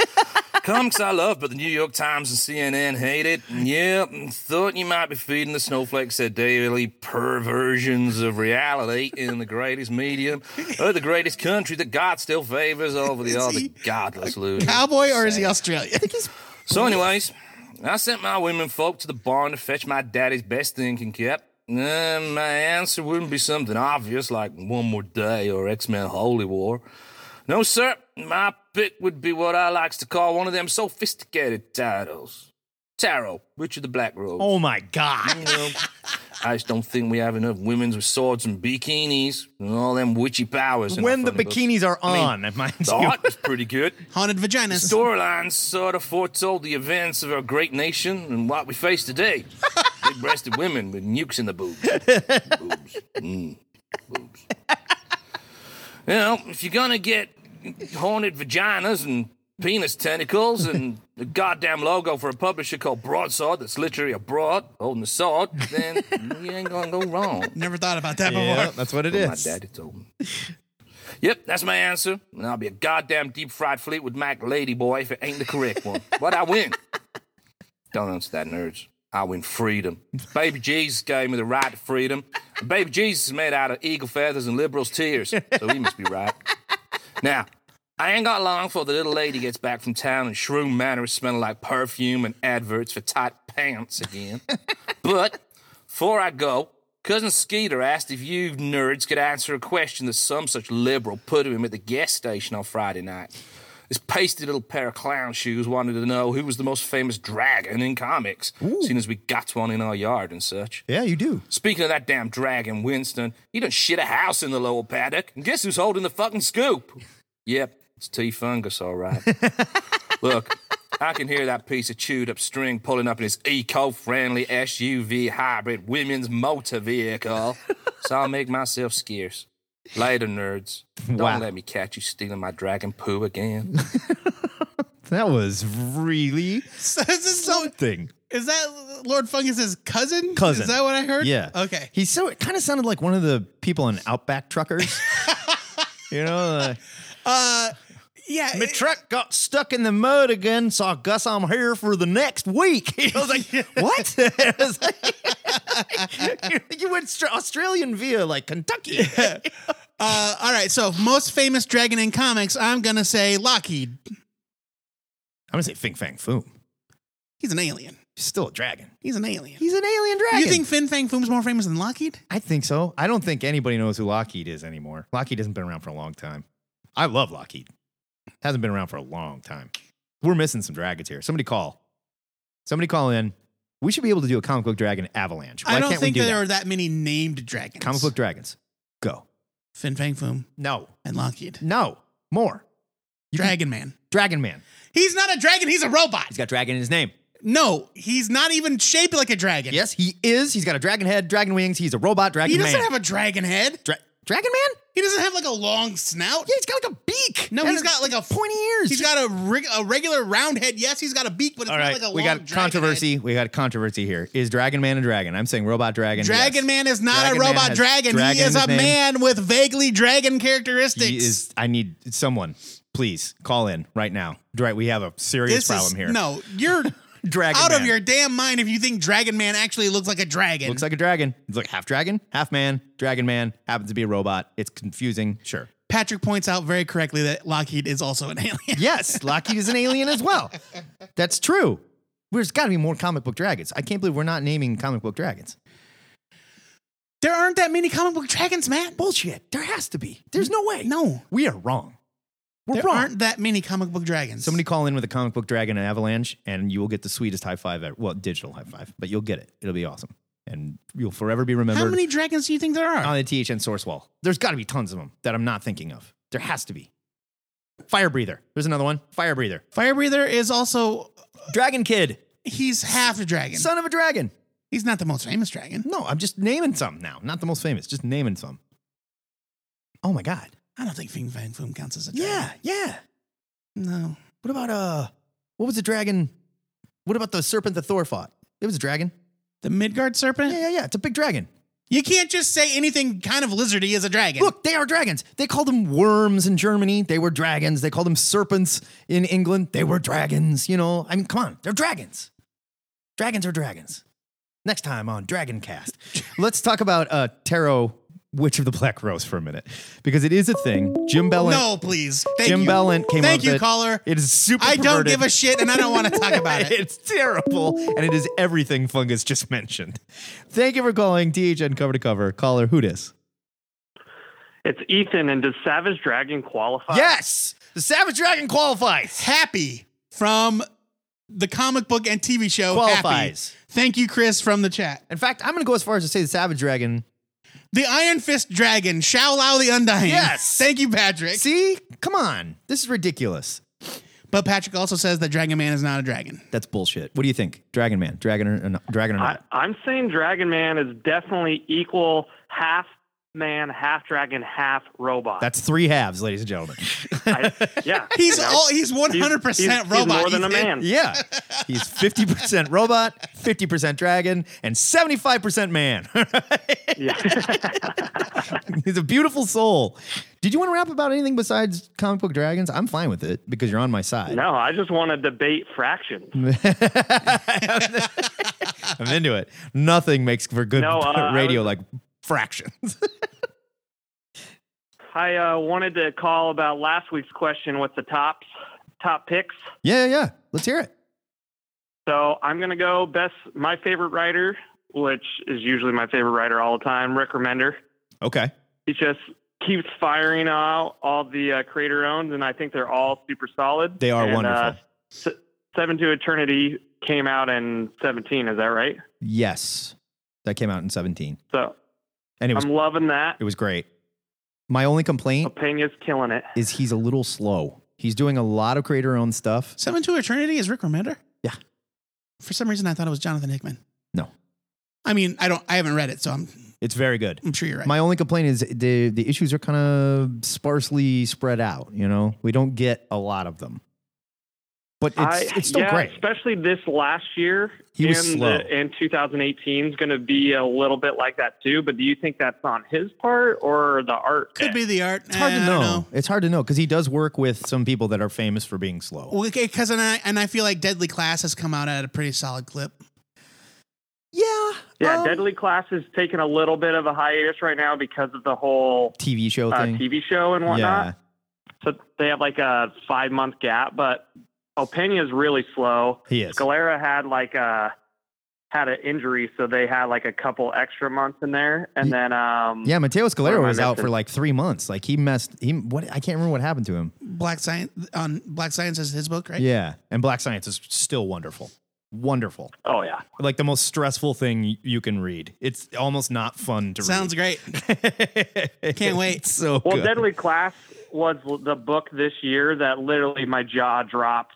Comics I love, but the New York Times and CNN hate it. Yeah, thought you might be feeding the snowflakes their daily perversions of reality in the greatest medium of the greatest country that God still favors over the other godless losers.
Cowboy or is he Australian?
So, anyways, I sent my women folk to the barn to fetch my daddy's best thinking cap. And my answer wouldn't be something obvious like One More Day or X Men Holy War. No, sir, my pick would be what I likes to call one of them sophisticated titles Tarot, Richard the Black Rose.
Oh my God.
You know, I just don't think we have enough women's with swords and bikinis and all them witchy powers. in our
When the
funny books.
bikinis are
I mean,
on, mind
the
you.
art was pretty good.
[LAUGHS] Haunted vaginas.
Storylines sort of foretold the events of our great nation and what we face
[LAUGHS]
today. Big breasted women with nukes in the boobs. boobs. Mm. Boobs. You know, if you're going to get horned vaginas and penis tentacles and a goddamn logo for a publisher called Broadsword that's literally a broad holding a sword, then you ain't going to go wrong.
Never thought about that
Yeah,
before.
that's
[LAUGHS]
what it
Well,
is.
My daddy told me. yep, that's my answer. And I'll be a goddamn deep fried Fleetwood Mac lady boy if it ain't the correct one. But I win. Don't answer that, nerds. I win freedom. Baby Jesus gave me the right to freedom. And Baby Jesus is made out of eagle feathers and liberals' tears, so he must be right. Now, I ain't got long before the little lady gets back from town and shroom manor is smelling like perfume and adverts for tight pants
[LAUGHS]
again. but before I go, Cousin Skeeter asked if you nerds could answer a question that some such liberal put to him at the gas station on Friday night. This pasty little pair of clown shoes wanted to know who was the most famous dragon in comics, seeing as we got one in our yard and such.
Yeah, you do.
Speaking of that damn dragon, Winston, he done shit a house in the lower paddock. And guess who's holding the fucking scoop? Yep, it's T Fungus, all right. Look, I can hear that piece of chewed up string pulling up in his eco friendly SUV hybrid women's motor vehicle. so I'll make myself scarce. Later, nerds. Don't
Wow.
let me catch you stealing my dragon poo again.
That was really
So is, this so,
something.
is that Lord Fungus's cousin?
Cousin.
Is that what I heard?
Yeah. [LAUGHS]
Okay.
He so it kind of sounded like one of the people in Outback
[LAUGHS]
Truckers. you know, like,
Uh, yeah.
my
it-
truck got stuck in the mud again, so I guess I'm here for the next week. [LAUGHS] I was like, what? [LAUGHS] I was like- [LAUGHS] you went stra- Australian via like
[LAUGHS]
Kentucky.
uh, all right. So most famous dragon in comics, I'm gonna say Lockheed.
I'm gonna say Fing Fang Foom.
He's an alien.
He's still a dragon.
He's an alien.
He's an alien dragon.
You think Fin Fang Foom's more famous than Lockheed?
I think so. I don't think anybody knows who Lockheed is anymore. Lockheed hasn't been around for a long time. I love Lockheed. Hasn't been around for a long time. We're missing some dragons here. Somebody call. Somebody call in. We should be able to do a comic book dragon avalanche. Why
I don't
can't
think
we do
there
that?
are that many named dragons.
comic book dragons. Go.
Fin Fang Foom
No.
and Lockheed.
No. More.
dragon Man.
Dragon Man.
He's not a dragon. He's a robot.
He's got dragon in his name.
No, he's not even shaped like a dragon.
Yes, he is. He's got a dragon head, dragon wings. He's a robot dragon
He doesn't
man.
have a dragon head.
Dra- dragon man?
He doesn't have like a long snout.
Yeah, he's got like a beak.
No,
and
he's got like a
pointy ears.
He's got a rig- a regular round head. Yes, he's got a beak, but it's
All
not
right,
like a
we
long
got
dragon
controversy. We got controversy here. Is Dragon Man a dragon? I'm saying Robot Dragon.
head.
yes.
Dragon Man is not
Dragon
a
Man
robot
has
dragon.
dragon
He
in
is
his
a
name.
man with vaguely dragon characteristics.
He is. I need someone, please call in right now. Right, we have a serious
this
problem
is,
here.
No, you're
[LAUGHS] Dragon
out of
Man.
your damn mind if you think Dragon Man actually looks like a dragon.
looks like a dragon. It's like half dragon, half man. Dragon Man happens to be a robot. It's confusing. Sure.
Patrick points out very correctly that Lockheed is also an alien.
Yes, Lockheed is an alien as well. That's true. There's got to be more comic book dragons. I can't believe we're not naming comic book dragons.
There aren't that many comic book dragons, Matt.
Bullshit. There has to be. There's no way.
No.
We are wrong. We're
there
wrong.
aren't that many comic book dragons.
Somebody call in with a comic book dragon and avalanche, and you will get the sweetest high five ever. Well, digital high five, but you'll get it. It'll be awesome. And you'll forever be remembered
How many dragons do you think there are?
on the THN source wall. There's got to be tons of them that I'm not thinking of. There has to be. Fire Breather. There's another one. Fire Breather.
Fire breather is also uh,
Dragon Kid.
he's half a dragon.
Son of a dragon.
he's not the most famous dragon.
No, I'm just naming some now. Not the most famous, just naming some. Oh my God.
I don't think Fing Fang Foom counts as a dragon.
Yeah, yeah.
No.
What about, uh, what was the dragon? What about the serpent that Thor fought? It was a dragon.
The Midgard serpent?
Yeah, yeah, yeah. It's a big dragon.
You can't just say anything kind of lizardy is a dragon.
Look, they are dragons. They called them worms in Germany. They were dragons. They called them serpents in England. They were dragons. You know, I mean, come on, they're dragons. Dragons are dragons. Next time on Dragoncast, let's talk about uh, tarot Witch of the Black Rose for a minute because it is a thing. Jim Bellant.
no, please. Thank
Jim
you.
Bellant came
Thank
up
you,
with it.
caller.
It is super.
I don't
perverted.
give a shit and I don't want to
[LAUGHS]
talk about it.
It's terrible, and it is everything Fungus just mentioned. Thank you for calling DHN cover to cover. Caller, who dis?
It's Ethan, and does Savage Dragon qualify?
Yes, the Savage Dragon qualifies.
Happy from the comic book and TV show
Qualifies.
Happy. Thank you, Chris, from the chat.
In fact, I'm going to go as far as to say the Savage Dragon.
The Iron Fist Dragon, Shao Lao the Undying.
Yes.
Thank you, Patrick.
See, come on, this is ridiculous.
But Patrick also says that Dragon Man is not a dragon.
That's bullshit. What do you think, Dragon Man? Dragon or, or not? Dragon or
I,
not?
I'm saying Dragon Man is definitely equal half man, half dragon, half robot.
That's three halves, ladies and gentlemen.
I, yeah.
[LAUGHS] He's all he's
He's-
100%
he's-
robot.
He's more than a
Ethan.
man.
[LAUGHS] yeah, he's fifty percent robot, fifty percent dragon, and seventy-five percent man. [LAUGHS] he's a beautiful soul. Did you want to rap about anything besides comic book dragons? I'm fine with it because you're on my side.
No, I just want to debate
[LAUGHS]
fractions.
I'm into it. Nothing makes for good
No, uh,
radio
I was-
like fractions.
I uh, wanted to call about last week's question with the tops, top picks.
Yeah, yeah, yeah. Let's hear it.
So I'm gonna go best. My favorite writer, which is usually my favorite writer all the time, Rick Remender.
Okay.
He just keeps firing out all the uh, creator owned, and I think they're all super solid.
They are
And,
wonderful.
uh, Se- Seven to Eternity came out in 17. Is that right?
Yes. That came out in 17.
So
And it was
I'm loving that.
it was great. My only complaint
Pena's killing it.
is he's a little slow. He's doing a lot of creator owned stuff.
Seven to Eternity is Rick Remender?
Yeah.
For some reason, I thought it was Jonathan Hickman.
No.
I mean, I don't. I haven't read it, so I'm.
It's very good.
I'm sure you're right.
My only complaint is the the issues are kind of sparsely spread out, you know? We don't get a lot of them. But it's
I-
it's still
yeah,
great.
especially this last year.
He was
and
slow.
The, and 2018 is going to be a little bit like that too. But do you think that's on his part or the art?
Could be the art.
It's hard
Eh,
to
Eh, I
know.
don't
It's hard to know because he does work with some people that are famous for being slow.
Well, Okay, because and I and I feel like Deadly Class has come out at a pretty solid clip.
Yeah.
Yeah,
um,
Deadly Class is taking a little bit of a hiatus right now because of the whole
TV show
uh,
thing.
TV show and whatnot. So they have like a five month gap. But Opeña is really slow.
Yeah, he is.
Galera had like a had an injury, so they had like a couple extra months in there, and
Ye-
then um,
Yeah, Mateo Scalero
am I
was out for
missing?
like three months. Like he messed. He what? I can't remember what happened to him.
Black Science on Black Science is his book, right?
Yeah, and Black Science is still wonderful. Wonderful.
oh yeah.
Like the most stressful thing y- you can read. It's almost not fun to
Sounds
read. [LAUGHS]
great.
Sounds
Can't wait.
So
Well,
Oh, good.
Deadly Class was l- the book this year that literally my jaw dropped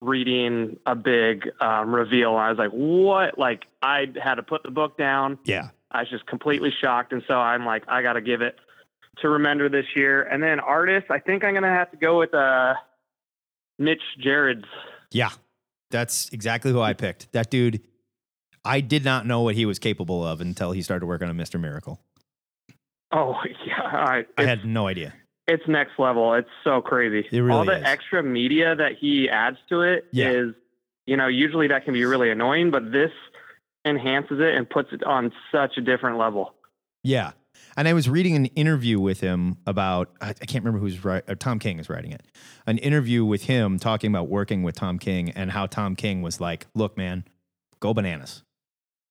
reading a big um, reveal. I was like, what? Like, I had to put the book down.
Yeah.
I was just completely shocked. And so I'm like, I got to give it to Remender this year. And then artist, I think I'm going to have to go with uh, Mitch Jared's.
Yeah. That's exactly who I picked. That dude. I did not know what he was capable of until he started working on Mister Miracle.
Oh, [LAUGHS] yeah. All right.
I
It's,
had no idea.
it's next level. It's so crazy.
It really
All the
is.
extra media that he adds to it is,
Yeah.
you know, usually that can be really annoying, but this enhances it and puts it on such a different level.
Yeah. And I was reading an interview with him about, I, I can't remember who's right, uh, Tom King is writing it. An interview with him talking about working with Tom King and how Tom King was like, look, man, go bananas.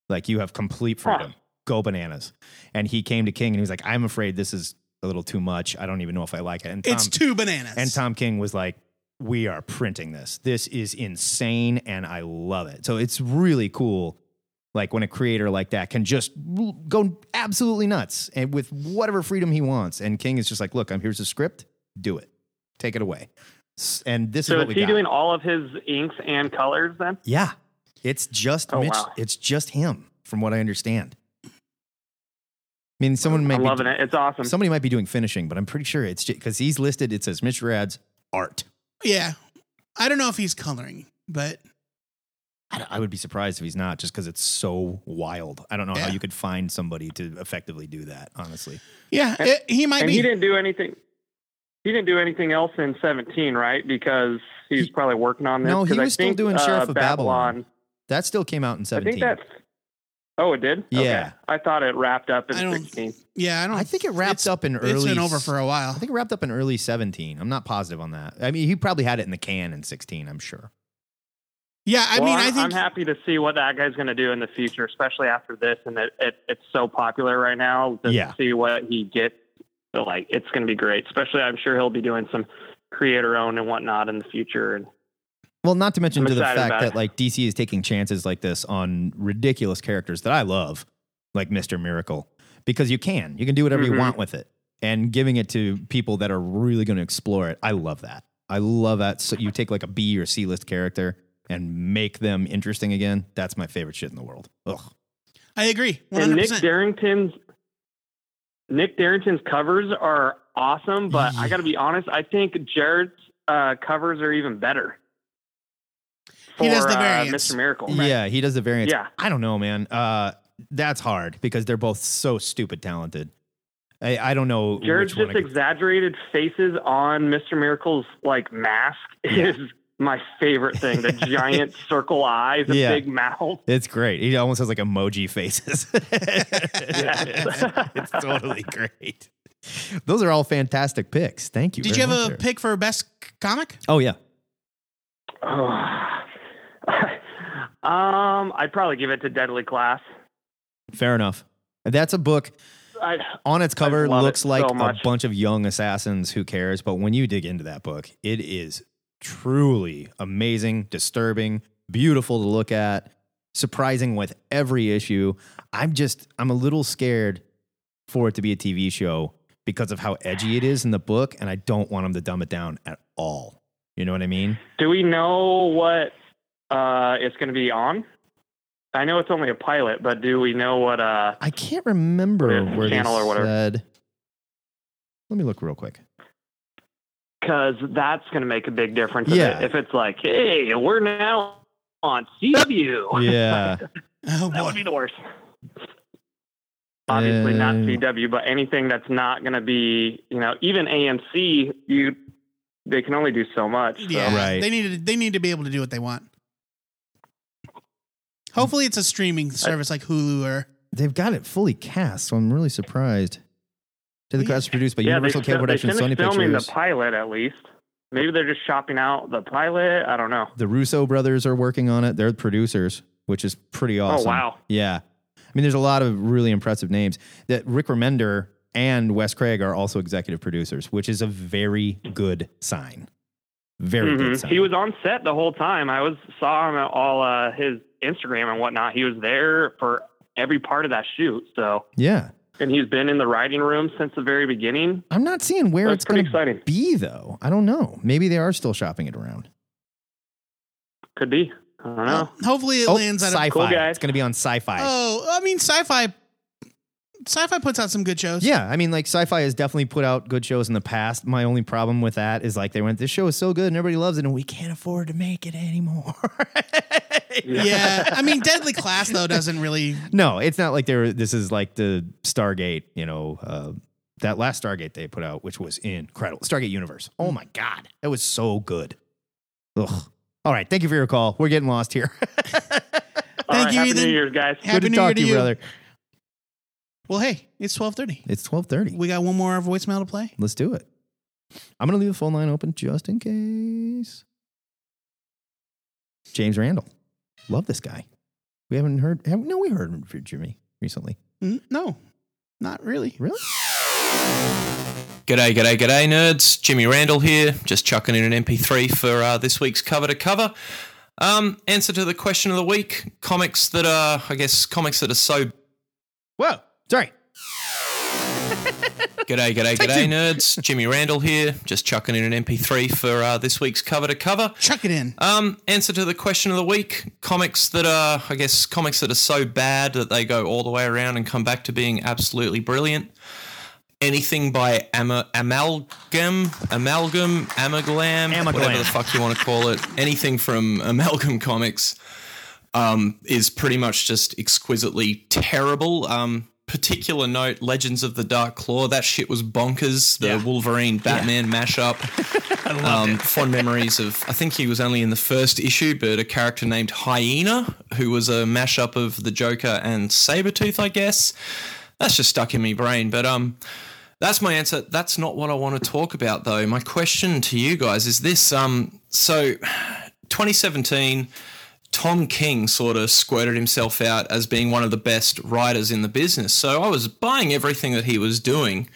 Like you have complete freedom. go bananas. And he came to King and he was like, I'm afraid this is a little too much. I don't even know if I like it. And
It's too bananas.
And Tom King was like, we are printing this. This is insane and I love it. So it's really cool. Like when a creator like that can just l- go absolutely nuts and with whatever freedom he wants. And King is just like, look, I'm here's the script. Do it. Take it away. S- And this
so
is
is
what we
he
got.
doing all of his inks and colors then?
yeah. It's just
Oh,
Mitch.
wow.
It's just him, from what I understand. I mean, someone might
I'm
be
loving it. It's awesome.
Somebody might be doing finishing, but I'm pretty sure it's because he's listed. It says Mitch Rad's art.
Yeah. I don't know if he's coloring,
[LAUGHS]
but
I, don't- I would be surprised if he's not, just because it's so wild. I don't know how you could find somebody to effectively do that. Honestly,
yeah,
And-
it- he might
and
be.
He didn't do anything. He didn't do anything else in 17, right? Because he's probably working on this.
no, he
'Cause I
was still
think,
doing Sheriff
uh,
of Babylon. That still came out in
I
seventeen.
think that's. Oh, it did.
Yeah.
Okay. I thought it wrapped up in 16.
yeah, I don't.
I think it wrapped up in
it's
early.
been over for a while.
I think it wrapped up in early seventeen. I'm not positive on that. I mean, he probably had it in the can in sixteen. I'm sure.
Yeah,
I
Well,
mean, I
I'm,
think-
I'm happy to see what that guy's going to do in the future, especially after this, and it, it it's so popular right now. To
Yeah.
see what he gets, but like it's going to be great. Especially, I'm sure he'll be doing some creator owned and whatnot in the future. And
Well, not to mention
I'm
to the
excited
fact
about
that
it.
like DC is taking chances like this on ridiculous characters that I love, like Mister Miracle, because you can you can do whatever
Mhm.
Mm-hmm.
you want with it, and giving it to people that are really going to explore it. I love that. I love that. So you take like a B or C list character and make them interesting again. That's my favorite shit in the world. Ugh.
I agree.
and Nick
100%.
Darrington's Nick Darrington's covers are awesome, but I got to be honest, I think Jared's uh, covers are even better.
He does
for,
the
uh,
variants.
Mr. Miracle.
Yeah, he does the variants.
Yeah.
I don't know, man. Uh, that's hard because they're both so stupid talented. I, I don't know.
Jared's
which one
just
I could-
exaggerated faces on Mr. Miracle's like mask is my favorite
[LAUGHS]
thing. The giant circle eyes, the
Yeah.
big mouth.
It's great. He almost has like emoji faces. [LAUGHS]
Yes.
it's totally great. Those are all fantastic picks. Thank you.
Did
very
you have
much,
a
Eric.
pick for best c- comic?
Oh yeah.
um, I'd probably give it to Deadly Class.
Fair enough. That's a book
I,
on its cover
love
looks
it
like
so
a
much.
bunch of young assassins who cares, but when you dig into that book, it is truly amazing, disturbing, beautiful to look at, surprising with every issue. I'm just I'm a little scared for it to be a TV show because of how edgy it is in the book and I don't want them to dumb it down at all. You know what I mean?
Do we know what uh, it's going to be on? I know it's only a pilot, but do we know what? Uh,
I can't remember
Yeah,
where
channel
they
or whatever.
said. Let me look real quick.
because that's going to make a big difference. if
Yeah.
it- If it's like, hey, we're now on CW. [LAUGHS]
Yeah. Oh,
that would be the worst. Obviously not
Uh,
CW, but anything that's not going to be, you know, even AMC, you they can only do so much. So.
Yeah, they need to they need to be able to do what they want. Hopefully, it's a streaming service like Hulu or
They've got it fully cast, so I'm really surprised. To the cast is produced by
Yeah,
Universal
they, fi-
Cable Production,
they
Sony
finished filming
Pictures.
the pilot at least. Maybe they're just shopping out the pilot. I don't know.
The Russo brothers are working on it. They're the producers, which is pretty awesome.
Oh, wow.
Yeah. I mean, there's a lot of really impressive names. That Rick Remender and Wes Craig are also executive producers, which is a very good sign. Very
Mhm.
good sign.
He was on set the whole time. I was saw him at all uh, his Instagram and whatnot. He was there for every part of that shoot. So
yeah.
and he's been in the writing room since the very beginning.
I'm not seeing where
That's
it's
pretty
going to be, though. I don't know. Maybe they are still shopping it around.
Could be. I don't know.
hopefully it
Oh,
lands at
sci-fi.
a
It's going to be on sci-fi.
Oh, I mean sci-fi. Sci-fi puts out some good shows.
Yeah, I mean, like sci-fi has definitely put out good shows in the past. My only problem with that is like they went, this show is so good and everybody loves it, and we can't afford to make it anymore.
yeah. I
[LAUGHS]
mean, Deadly Class though doesn't really.
no, it's not like they were. This is like the Stargate, you know, uh, that last Stargate they put out, which was incredible. Stargate Universe. Oh my god, that was so good. Ugh. All right, thank you for your call. We're getting lost here.
All right,
you,
Happy
Ethan.
New Year's, guys.
Happy
good to
New
talk
Year
to
to
you,
you.
brother.
Well, hey, it's twelve thirty.
It's twelve thirty.
We got one more voicemail to play.
Let's do it. I'm gonna leave the phone line open just in case. [LAUGHS] James Randall, love this guy. We haven't heard. Have, no, we heard from Jimmy recently.
N- Hmm? No, not really.
Really?
G'day, g'day, g'day, nerds. Jimmy Randall here, just chucking in an MP3 for uh, this week's cover to cover. Um, answer to the question of the week: comics that are, I guess, comics that are so.
Whoa, sorry.
G'day, g'day,
Take
g'day,
two.
nerds. Jimmy Randall here, just chucking in an MP3 for uh, this week's cover to cover.
Chuck it in.
Um, answer to the question of the week: comics that are, I guess, comics that are so bad that they go all the way around and come back to being absolutely brilliant. Anything by ama- amalgam, amalgam, amalgam, whatever the fuck you want to call it. Anything from amalgam comics um, is pretty much just exquisitely terrible. Um, particular note: Legends of the Dark Claw. That shit was bonkers. The Wolverine Batman mashup. um, Fond memories of. I think he was only in the first issue, but a character named Hyena, who was a mashup of the Joker and Sabretooth, I guess. That's just stuck in my brain, but um. That's my answer. That's not what I want to talk about, though. My question to you guys is this: um, so, 2017, Tom King sort of squirted himself out as being one of the best writers in the business. So I was buying everything that he was doing.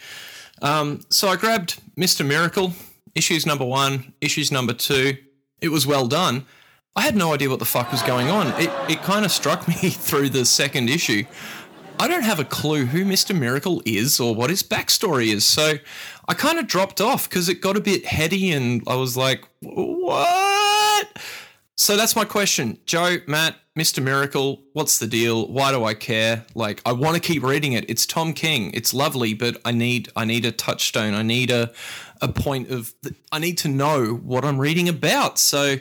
Um, so I grabbed Mr. Miracle, issues number one, issues number two. It was well done. I had no idea what the fuck was going on. It, it kind of struck [LAUGHS] me through the second issue. I don't have a clue who Mr. Miracle is or what his backstory is. So I kind of dropped off because it got a bit heady and I was like, what? So that's my question. Joe, Matt, Mr. Miracle, what's the deal? Why do I care? Like I want to keep reading it. It's Tom King. It's lovely, but I need I need a touchstone. I need a a point of I need to know what I'm reading about. So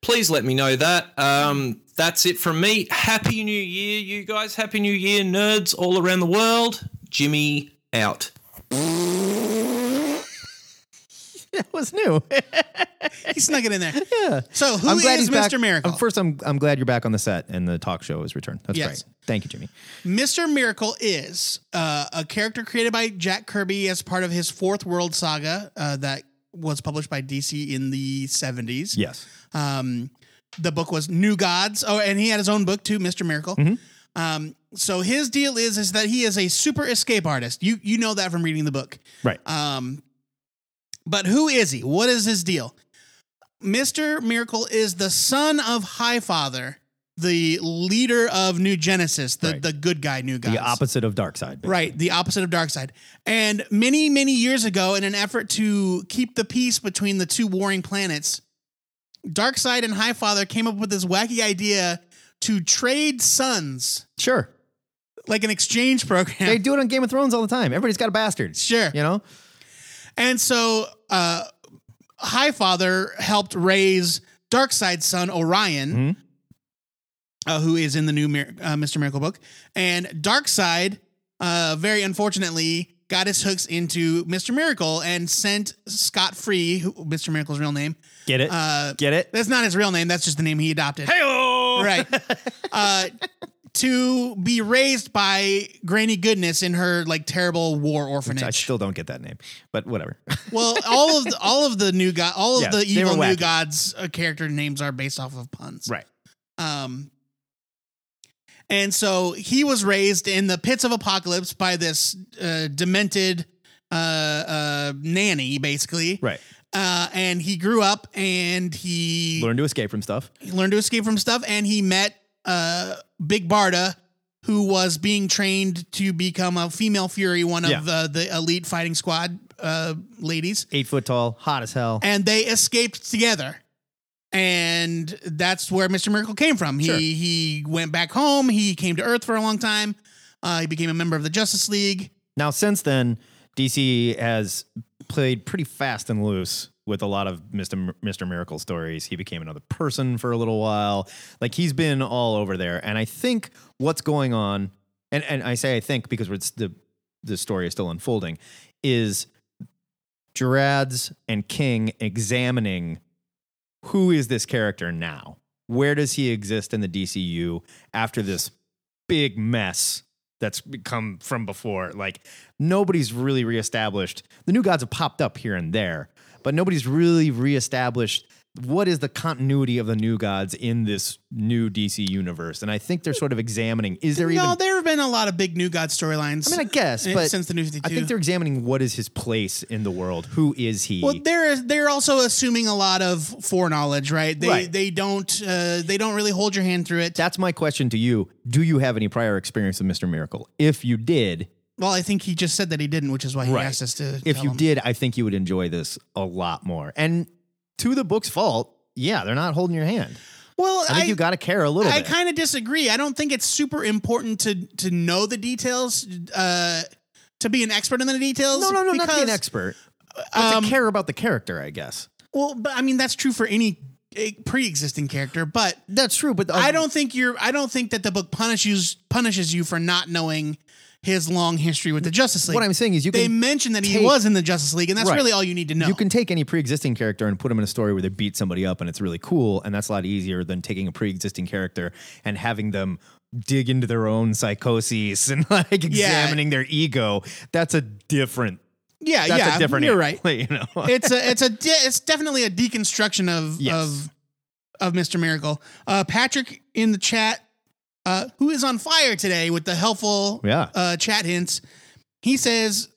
please let me know that. Um that's it from me. Happy New Year, you guys. Happy New Year, nerds all around the world. Jimmy out.
That was new.
he snuck it in there.
[LAUGHS] Yeah.
So who
I'm glad
is
he's back.
Mr. Miracle?
Um, first, I'm I'm glad you're back on the set and the talk show is returned. That's
Yes.
great. Thank you, Jimmy.
Mr. Miracle is uh, a character created by Jack Kirby as part of his Fourth World saga uh, that was published by DC in the 70s.
Yes.
Um, the book was New Gods. Oh, and he had his own book too, Mr. Miracle.
Mm-hmm.
Um, so his deal is is that he is a super escape artist. You you know that from reading the book.
Right.
Um, but who is he? What is his deal? Mr. Miracle is the son of High Father, the leader of New Genesis, the, the good guy, New Gods.
The opposite of Dark Side.
Right, the opposite of dark side. And many, many years ago, in an effort to keep the peace between the two warring planets, Dark Side and Highfather came up with this wacky idea to trade sons.
Sure.
Like an exchange program.
They do it on Game of Thrones all the time. Everybody's got a bastard.
Sure.
You know?
And so uh Highfather helped raise Darkseid's son Orion,
Hmm?
uh, who is in the new Mir- uh, Mr. Miracle book. And Darkseid, uh, very unfortunately, got his hooks into Mr. Miracle and sent Scott Free, who, Mr. Miracle's real name.
Get it?
Uh,
Get it?
That's not his real name. That's just the name he adopted.
Hey-o! [LAUGHS]
Right. uh, to be raised by Granny Goodness in her like terrible war orphanage.
I still don't get that name, but
[LAUGHS]
whatever.
Well, all of the, all of the new god, all of
Yeah,
the
they were
evil new
wacky.
gods uh, character names are based off of puns,
Right.
Um, and so he was raised in the pits of apocalypse by this uh, demented uh, uh, nanny, basically,
Right.
Uh, and he grew up and he
Learn to escape from stuff.
he learned to escape from stuff and he met uh big barda who was being trained to become a female fury one of
Yeah.
uh, the elite fighting squad uh ladies
Eight foot tall, hot as hell.
and they escaped together and that's where mr miracle came from he
Sure.
he went back home he came to earth for a long time uh he became a member of the justice league
Now, since then, DC has played pretty fast and loose with a lot of Mr. M- Mr. Miracle stories. He became another person for a little while. Like he's been all over there. And I think what's going on, and, and I say I think because it's the the story is still unfolding, is Gerads and King examining who is this character now? Where does he exist in the DCU after this big mess that's come from before? Like nobody's really reestablished. The new gods have popped up here and there, but nobody's really reestablished what is the continuity of the new gods in this new DC universe? And I think they're sort of examining is there
no,
even
there have been a lot of big New God storylines.
I mean, I guess,
eh,
but
since the New Fifty
I
Two,
think they're examining what is his place in the world. Who is he?
well, they're they're also assuming a lot of foreknowledge, right? They
Right.
they don't uh, they don't really hold your hand through it.
That's my question to you. Do you have any prior experience with Mr. Miracle? If you did,
Well, I think he just said that he didn't, which is why he asked us to.
if
tell
you
him.
did, I think you would enjoy this a lot more. And to the book's fault, yeah, they're not holding your hand.
Well,
I think
I-
you got to care a little
I
bit.
kind of disagree. I don't think it's super important to to know the details, uh, to be an expert in the details.
no, no, no, not to be an
because- um,
expert. But to care about the character, I guess.
Well, but I mean that's true for any eh, pre-existing character, but
that's true. But um,
I don't think you're. I don't think that the book punishes punishes you for not knowing his long history with the Justice League.
What I'm saying is you
they
can
mentioned that he
take-
was in the Justice League, and that's
Right.
really all you need to know.
You can take any pre-existing character and put them in a story where they beat somebody up, and it's really cool, and that's a lot easier than taking a pre-existing character and having them dig into their own psychoses [LAUGHS] and like examining their ego. That's a different.
yeah,
that's
yeah,
a different.
You're right.
animal, [LAUGHS] You know,
[LAUGHS] it's a it's a de- it's definitely a deconstruction of
Yes.
of of Mr. Miracle. Uh, Patrick in the chat, uh, who is on fire today with the helpful
Yeah.
uh, chat hints. He says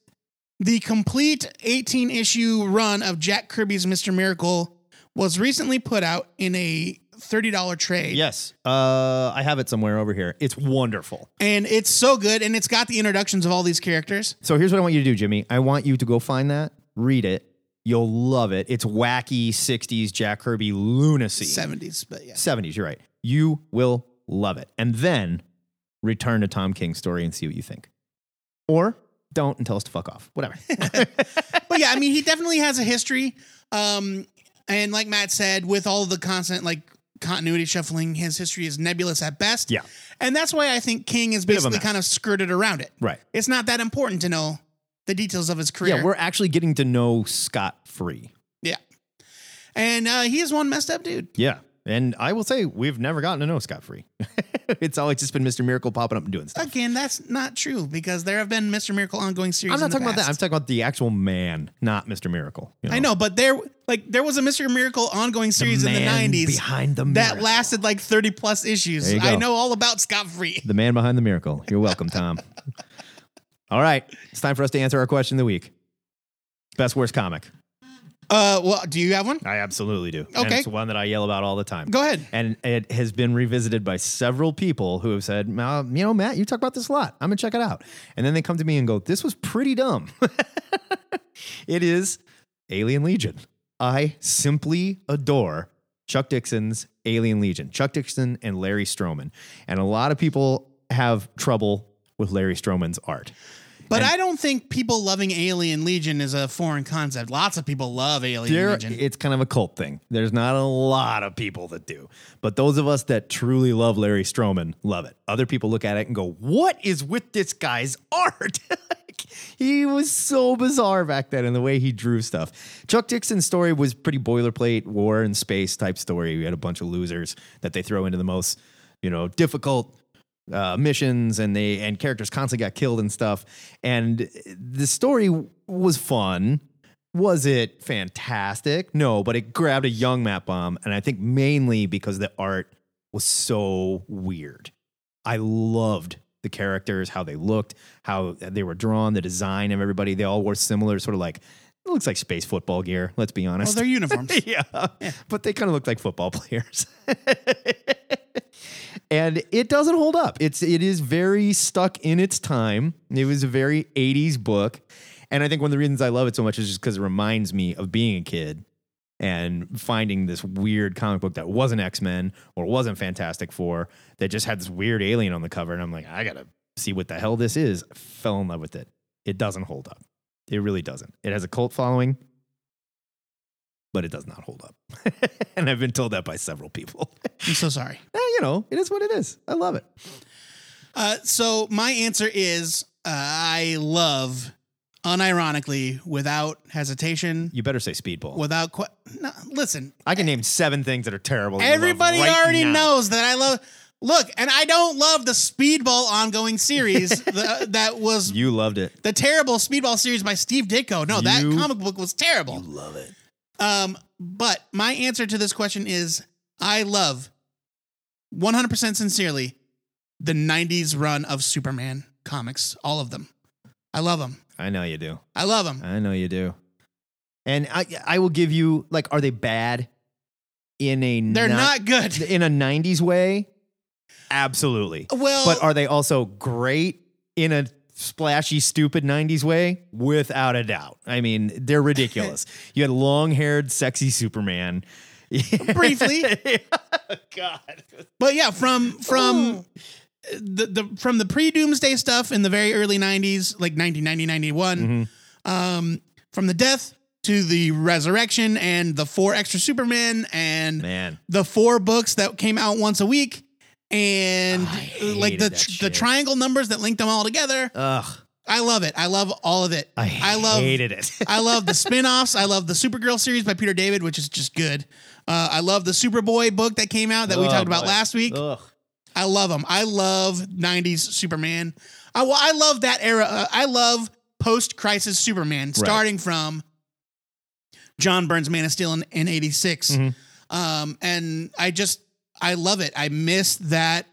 the complete 18 issue run of Jack Kirby's Mr. Miracle was recently put out in a $30 trade.
yes. Uh, I have it somewhere over here. It's wonderful.
And it's so good and it's got the introductions of all these characters.
So here's what I want you to do, Jimmy. I want you to go find that, read it. You'll love it. It's wacky 60s Jack Kirby lunacy.
70s, but yeah.
70s, you're right. You will love it. And then return to Tom King's story and see what you think. Or don't and tell us to fuck off.
[LAUGHS]
Whatever.
but yeah, I mean, he definitely has a history. Um, and like Matt said, with all the constant like continuity shuffling, his history is nebulous at best.
Yeah.
and that's why I think King is
Bit of a
basically
mess.
kind of skirted around it.
Right.
It's not that important to know the details of his career.
Yeah, we're actually getting to know Scott Free.
yeah. And uh, he is one messed up dude.
Yeah. And I will say, we've never gotten to know Scott Free. [LAUGHS] it's always just been Mr. Miracle popping up and doing stuff.
Again, that's not true because there have been Mr. Miracle ongoing series.
I'm not
in the
talking about that. I'm
past.
talking about the actual man, not Mr. Miracle. you
I know, but there like there was a Mr. Miracle ongoing series in the
man
90s
behind the
that
miracle.
lasted like 30 plus issues.
There you
I
go.
know all about Scott Free.
The man behind the miracle. You're welcome,
[LAUGHS]
Tom. All right. It's time for us to answer our question of the week. Best worst comic.
Uh, well, do you have one?
I absolutely do. And
Okay.
it's one that I yell about all the time.
Go ahead.
And it has been revisited by several people who have said, "Now, you know, Matt, you talk about this a lot. I'm going to check it out. And then they come to me and go, this was pretty dumb. [LAUGHS] it is Alien Legion. I simply adore Chuck Dixon's Alien Legion, Chuck Dixon and Larry Stroman. And a lot of people have trouble with Larry Stroman's art.
But I don't think people loving Alien Legion is a foreign concept. Lots of people love Alien
There-
Legion.
it's kind of a cult thing. There's not a lot of people that do, but those of us that truly love Larry Stroman love it. Other people look at it and go, "What is with this guy's [LAUGHS] art?" Like, he was so bizarre back then in the way he drew stuff. Chuck Dixon's story was pretty boilerplate, war and space type story. We had a bunch of losers that they throw into the most, you know, difficult uh, missions and they and characters constantly got killed and stuff. And the story was fun. Was it fantastic? No, but it grabbed a young Matt Bomb, and I think mainly because the art was so weird. I loved the characters, how they looked, how they were drawn, the design of everybody. They all wore similar, sort of like it looks like space football gear. Let's be honest.
well, Oh,
[LAUGHS]
they're uniforms.
yeah. but they kind of looked like football [LAUGHS] players. and it doesn't hold up. It's it is very stuck in its time. It was a very 80s book. And I think one of the reasons I love it so much is just because it reminds me of being a kid and finding this weird comic book that wasn't X-Men or wasn't Fantastic Four that just had this weird alien on the cover. And I'm like, I gotta see what the hell this is. I fell in love with it. It doesn't hold up. It really doesn't. It has a cult following, but it does not hold up. [LAUGHS] and I've been told that by several people.
I'm so sorry.
[LAUGHS] Eh, you know, it is what it is. I love it.
Uh, so my answer is uh, I love, unironically, without hesitation,
You better say Speedball.
without que- no, listen.
I can name seven things that are terrible. that you love
Everybody
right
already
now.
knows that I love. Look, and I don't love the Speedball
[LAUGHS]
ongoing series the, that was
You loved it.
the terrible Speedball series by Steve Ditko. No, that
You-
comic book was terrible.
Love it.
Um, but my answer to this question is I love 100% sincerely the 90s run of Superman comics, all of them. I love them.
I know you do.
I love them.
I know you do. And I I will give you like are they bad in a
They're not good
in a 90s way? Absolutely.
Well-
but are they also great in a splashy stupid 90s way? Without a doubt. I mean, they're
[LAUGHS]
ridiculous. you had long-haired sexy Superman. [LAUGHS]
[LAUGHS] Briefly. God. But yeah, from from the, the from the pre-doomsday stuff in the very early 90s, like 1990 91,
Mm-hmm.
um, from the death to the resurrection and the four extra Superman and
Man.
the four books that came out once a week and like the
that
the
shit.
triangle numbers that linked them all together.
Ugh.
I love it. I love all of it. I, love
hated it. [LAUGHS]
I love the spin-offs. I love the Supergirl series by Peter David, which is just good. Uh, I love the Superboy book that came out that we
Oh,
talked about
boy.
last week.
Ugh.
I love them. I love 90s Superman. I, well, I love that era. Uh, I love post-crisis Superman, starting from John Burns' Man of Steel in, in 86. Um, and I just, I love it. I miss that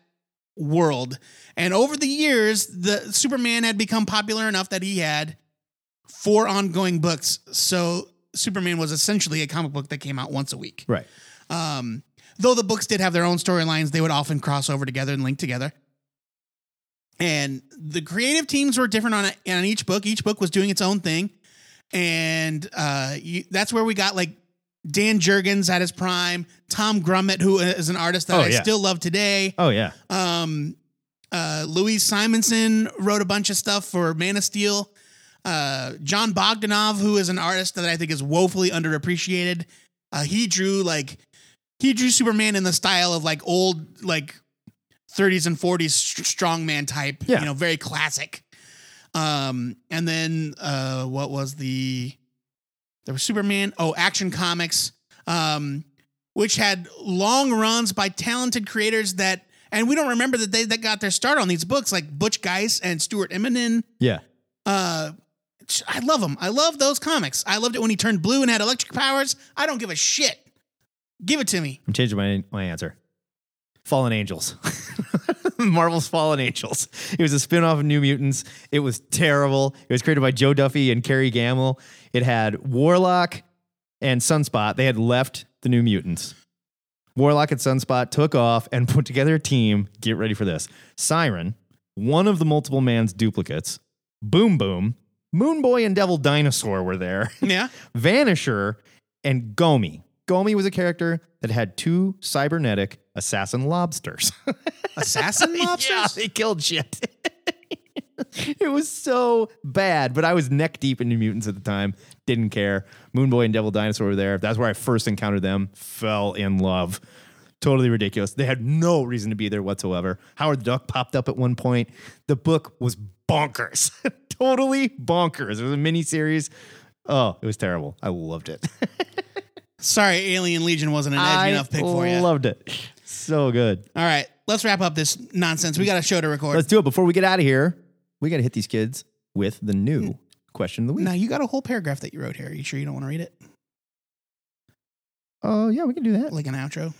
world. And over the years, the Superman had become popular enough that he had four ongoing books. So Superman was essentially a comic book that came out once a week.
Right.
Um, though the books did have their own storylines, they would often cross over together and link together. And the creative teams were different on on each book. Each book was doing its own thing, and uh, you, that's where we got like Dan Jurgens at his prime, Tom Grummett, who is an artist that
Oh,
I
yeah.
still love today.
Oh yeah.
Um, uh, Louise Simonson wrote a bunch of stuff for Man of Steel. Uh, John Bogdanov, who is an artist that I think is woefully underappreciated, uh, he drew like he drew Superman in the style of like old like 30s and 40s st- strongman type,
Yeah.
you know, very classic. Um, and then uh, what was the there was Superman? Oh, Action Comics. Um, which had long runs by talented creators that, and we don't remember that they that got their start on these books, like Butch Geiss and Stuart Eminem.
Yeah.
Uh, I love them. I love those comics. I loved it when he turned blue and had electric powers. I don't give a shit. Give it to me.
I'm changing my my answer. Fallen Angels. [LAUGHS] Marvel's Fallen Angels. It was a spin-off of New Mutants. It was terrible. It was created by Joe Duffy and Kerry Gamble. It had Warlock and Sunspot. They had left the New Mutants. Warlock and Sunspot took off and [LAUGHS] put together a team. Get ready for this. Siren, one of the multiple man's duplicates, Boom Boom, Moon Boy and Devil Dinosaur were there.
Yeah.
[LAUGHS] Vanisher and Gomi. Gomi was a character that had two cybernetic assassin lobsters. [LAUGHS]
Assassin lobsters?
yeah, they killed shit. it was so bad, but I was neck deep into mutants at the time. Didn't care. Moon Boy and Devil Dinosaur were there. That's where I first encountered them. Fell in love. Totally ridiculous. They had no reason to be there whatsoever. Howard the Duck popped up at one point. The book was bonkers. [LAUGHS] totally bonkers. It was a mini series. Oh, it was terrible. I loved it.
Sorry, Alien Legion wasn't an edgy
[LAUGHS] I
enough pick for you.
loved it. So good.
All right, let's wrap up this nonsense. We got a show to record.
Let's do it. Before we get out of here, we got to hit these kids with the new question of the week.
Hmm. now you got a whole paragraph that you wrote here. you sure you don't want to read it?
Oh, yeah, we can do that.
Like an outro.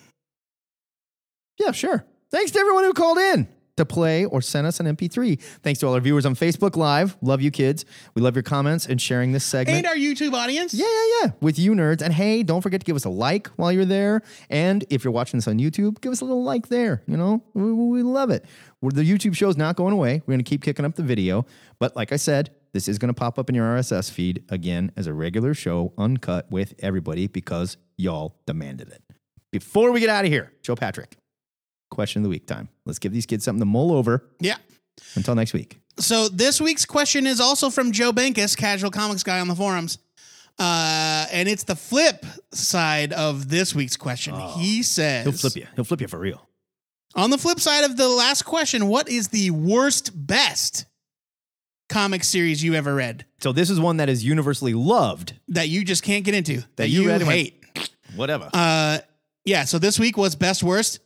Yeah, sure. Thanks to everyone who called in to play or sent us an MP3. Thanks to all our viewers on Facebook Live. Love you, kids. We love your comments and sharing this segment.
And our YouTube audience.
Yeah, yeah, yeah. With you nerds. And hey, don't forget to give us a like while you're there. And if you're watching this on YouTube, give us a little like there. You know, we, we- we love it. We're, the YouTube show's not going away. We're going to keep kicking up the video. But like I said, this is going to pop up in your RSS feed again as a regular show, uncut with everybody because y'all demanded it. Before we get out of here, Joe Patrick, question of the week time. Let's give these kids something to mull over.
Yeah.
Until next week.
So this week's question is also from Joe Bankus, casual comics guy on the forums. Uh, and it's the flip side of this week's question. He says
Oh. He'll flip you. He'll flip you for real.
On the flip side of the last question, what is the worst best comic series you ever read
So this is one that is universally loved
that you just can't get into? That,
you read and went,
hate.
Whatever.
Uh yeah, so this week was best worst.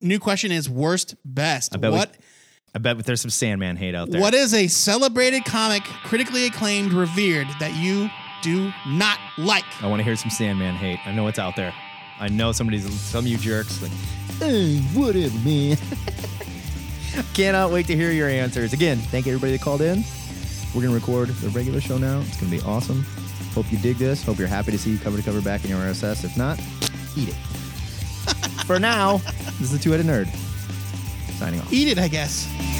New question is worst best.
I bet we-
what
I bet there's some Sandman hate out there.
What is a celebrated comic, critically acclaimed, revered that you do not like.
I want to hear some Sandman hate. I know it's out there. I know somebody's some of you jerks like, hey, whatever, man. Cannot wait to hear your answers. Again, thank everybody that called in. We're gonna record the regular show now. It's gonna be awesome. Hope you dig this. Hope you're happy to see you cover to cover back in your RSS. If not, eat
[LAUGHS]
it. For now, this is the two-headed nerd. Signing off.
Eat it, I guess.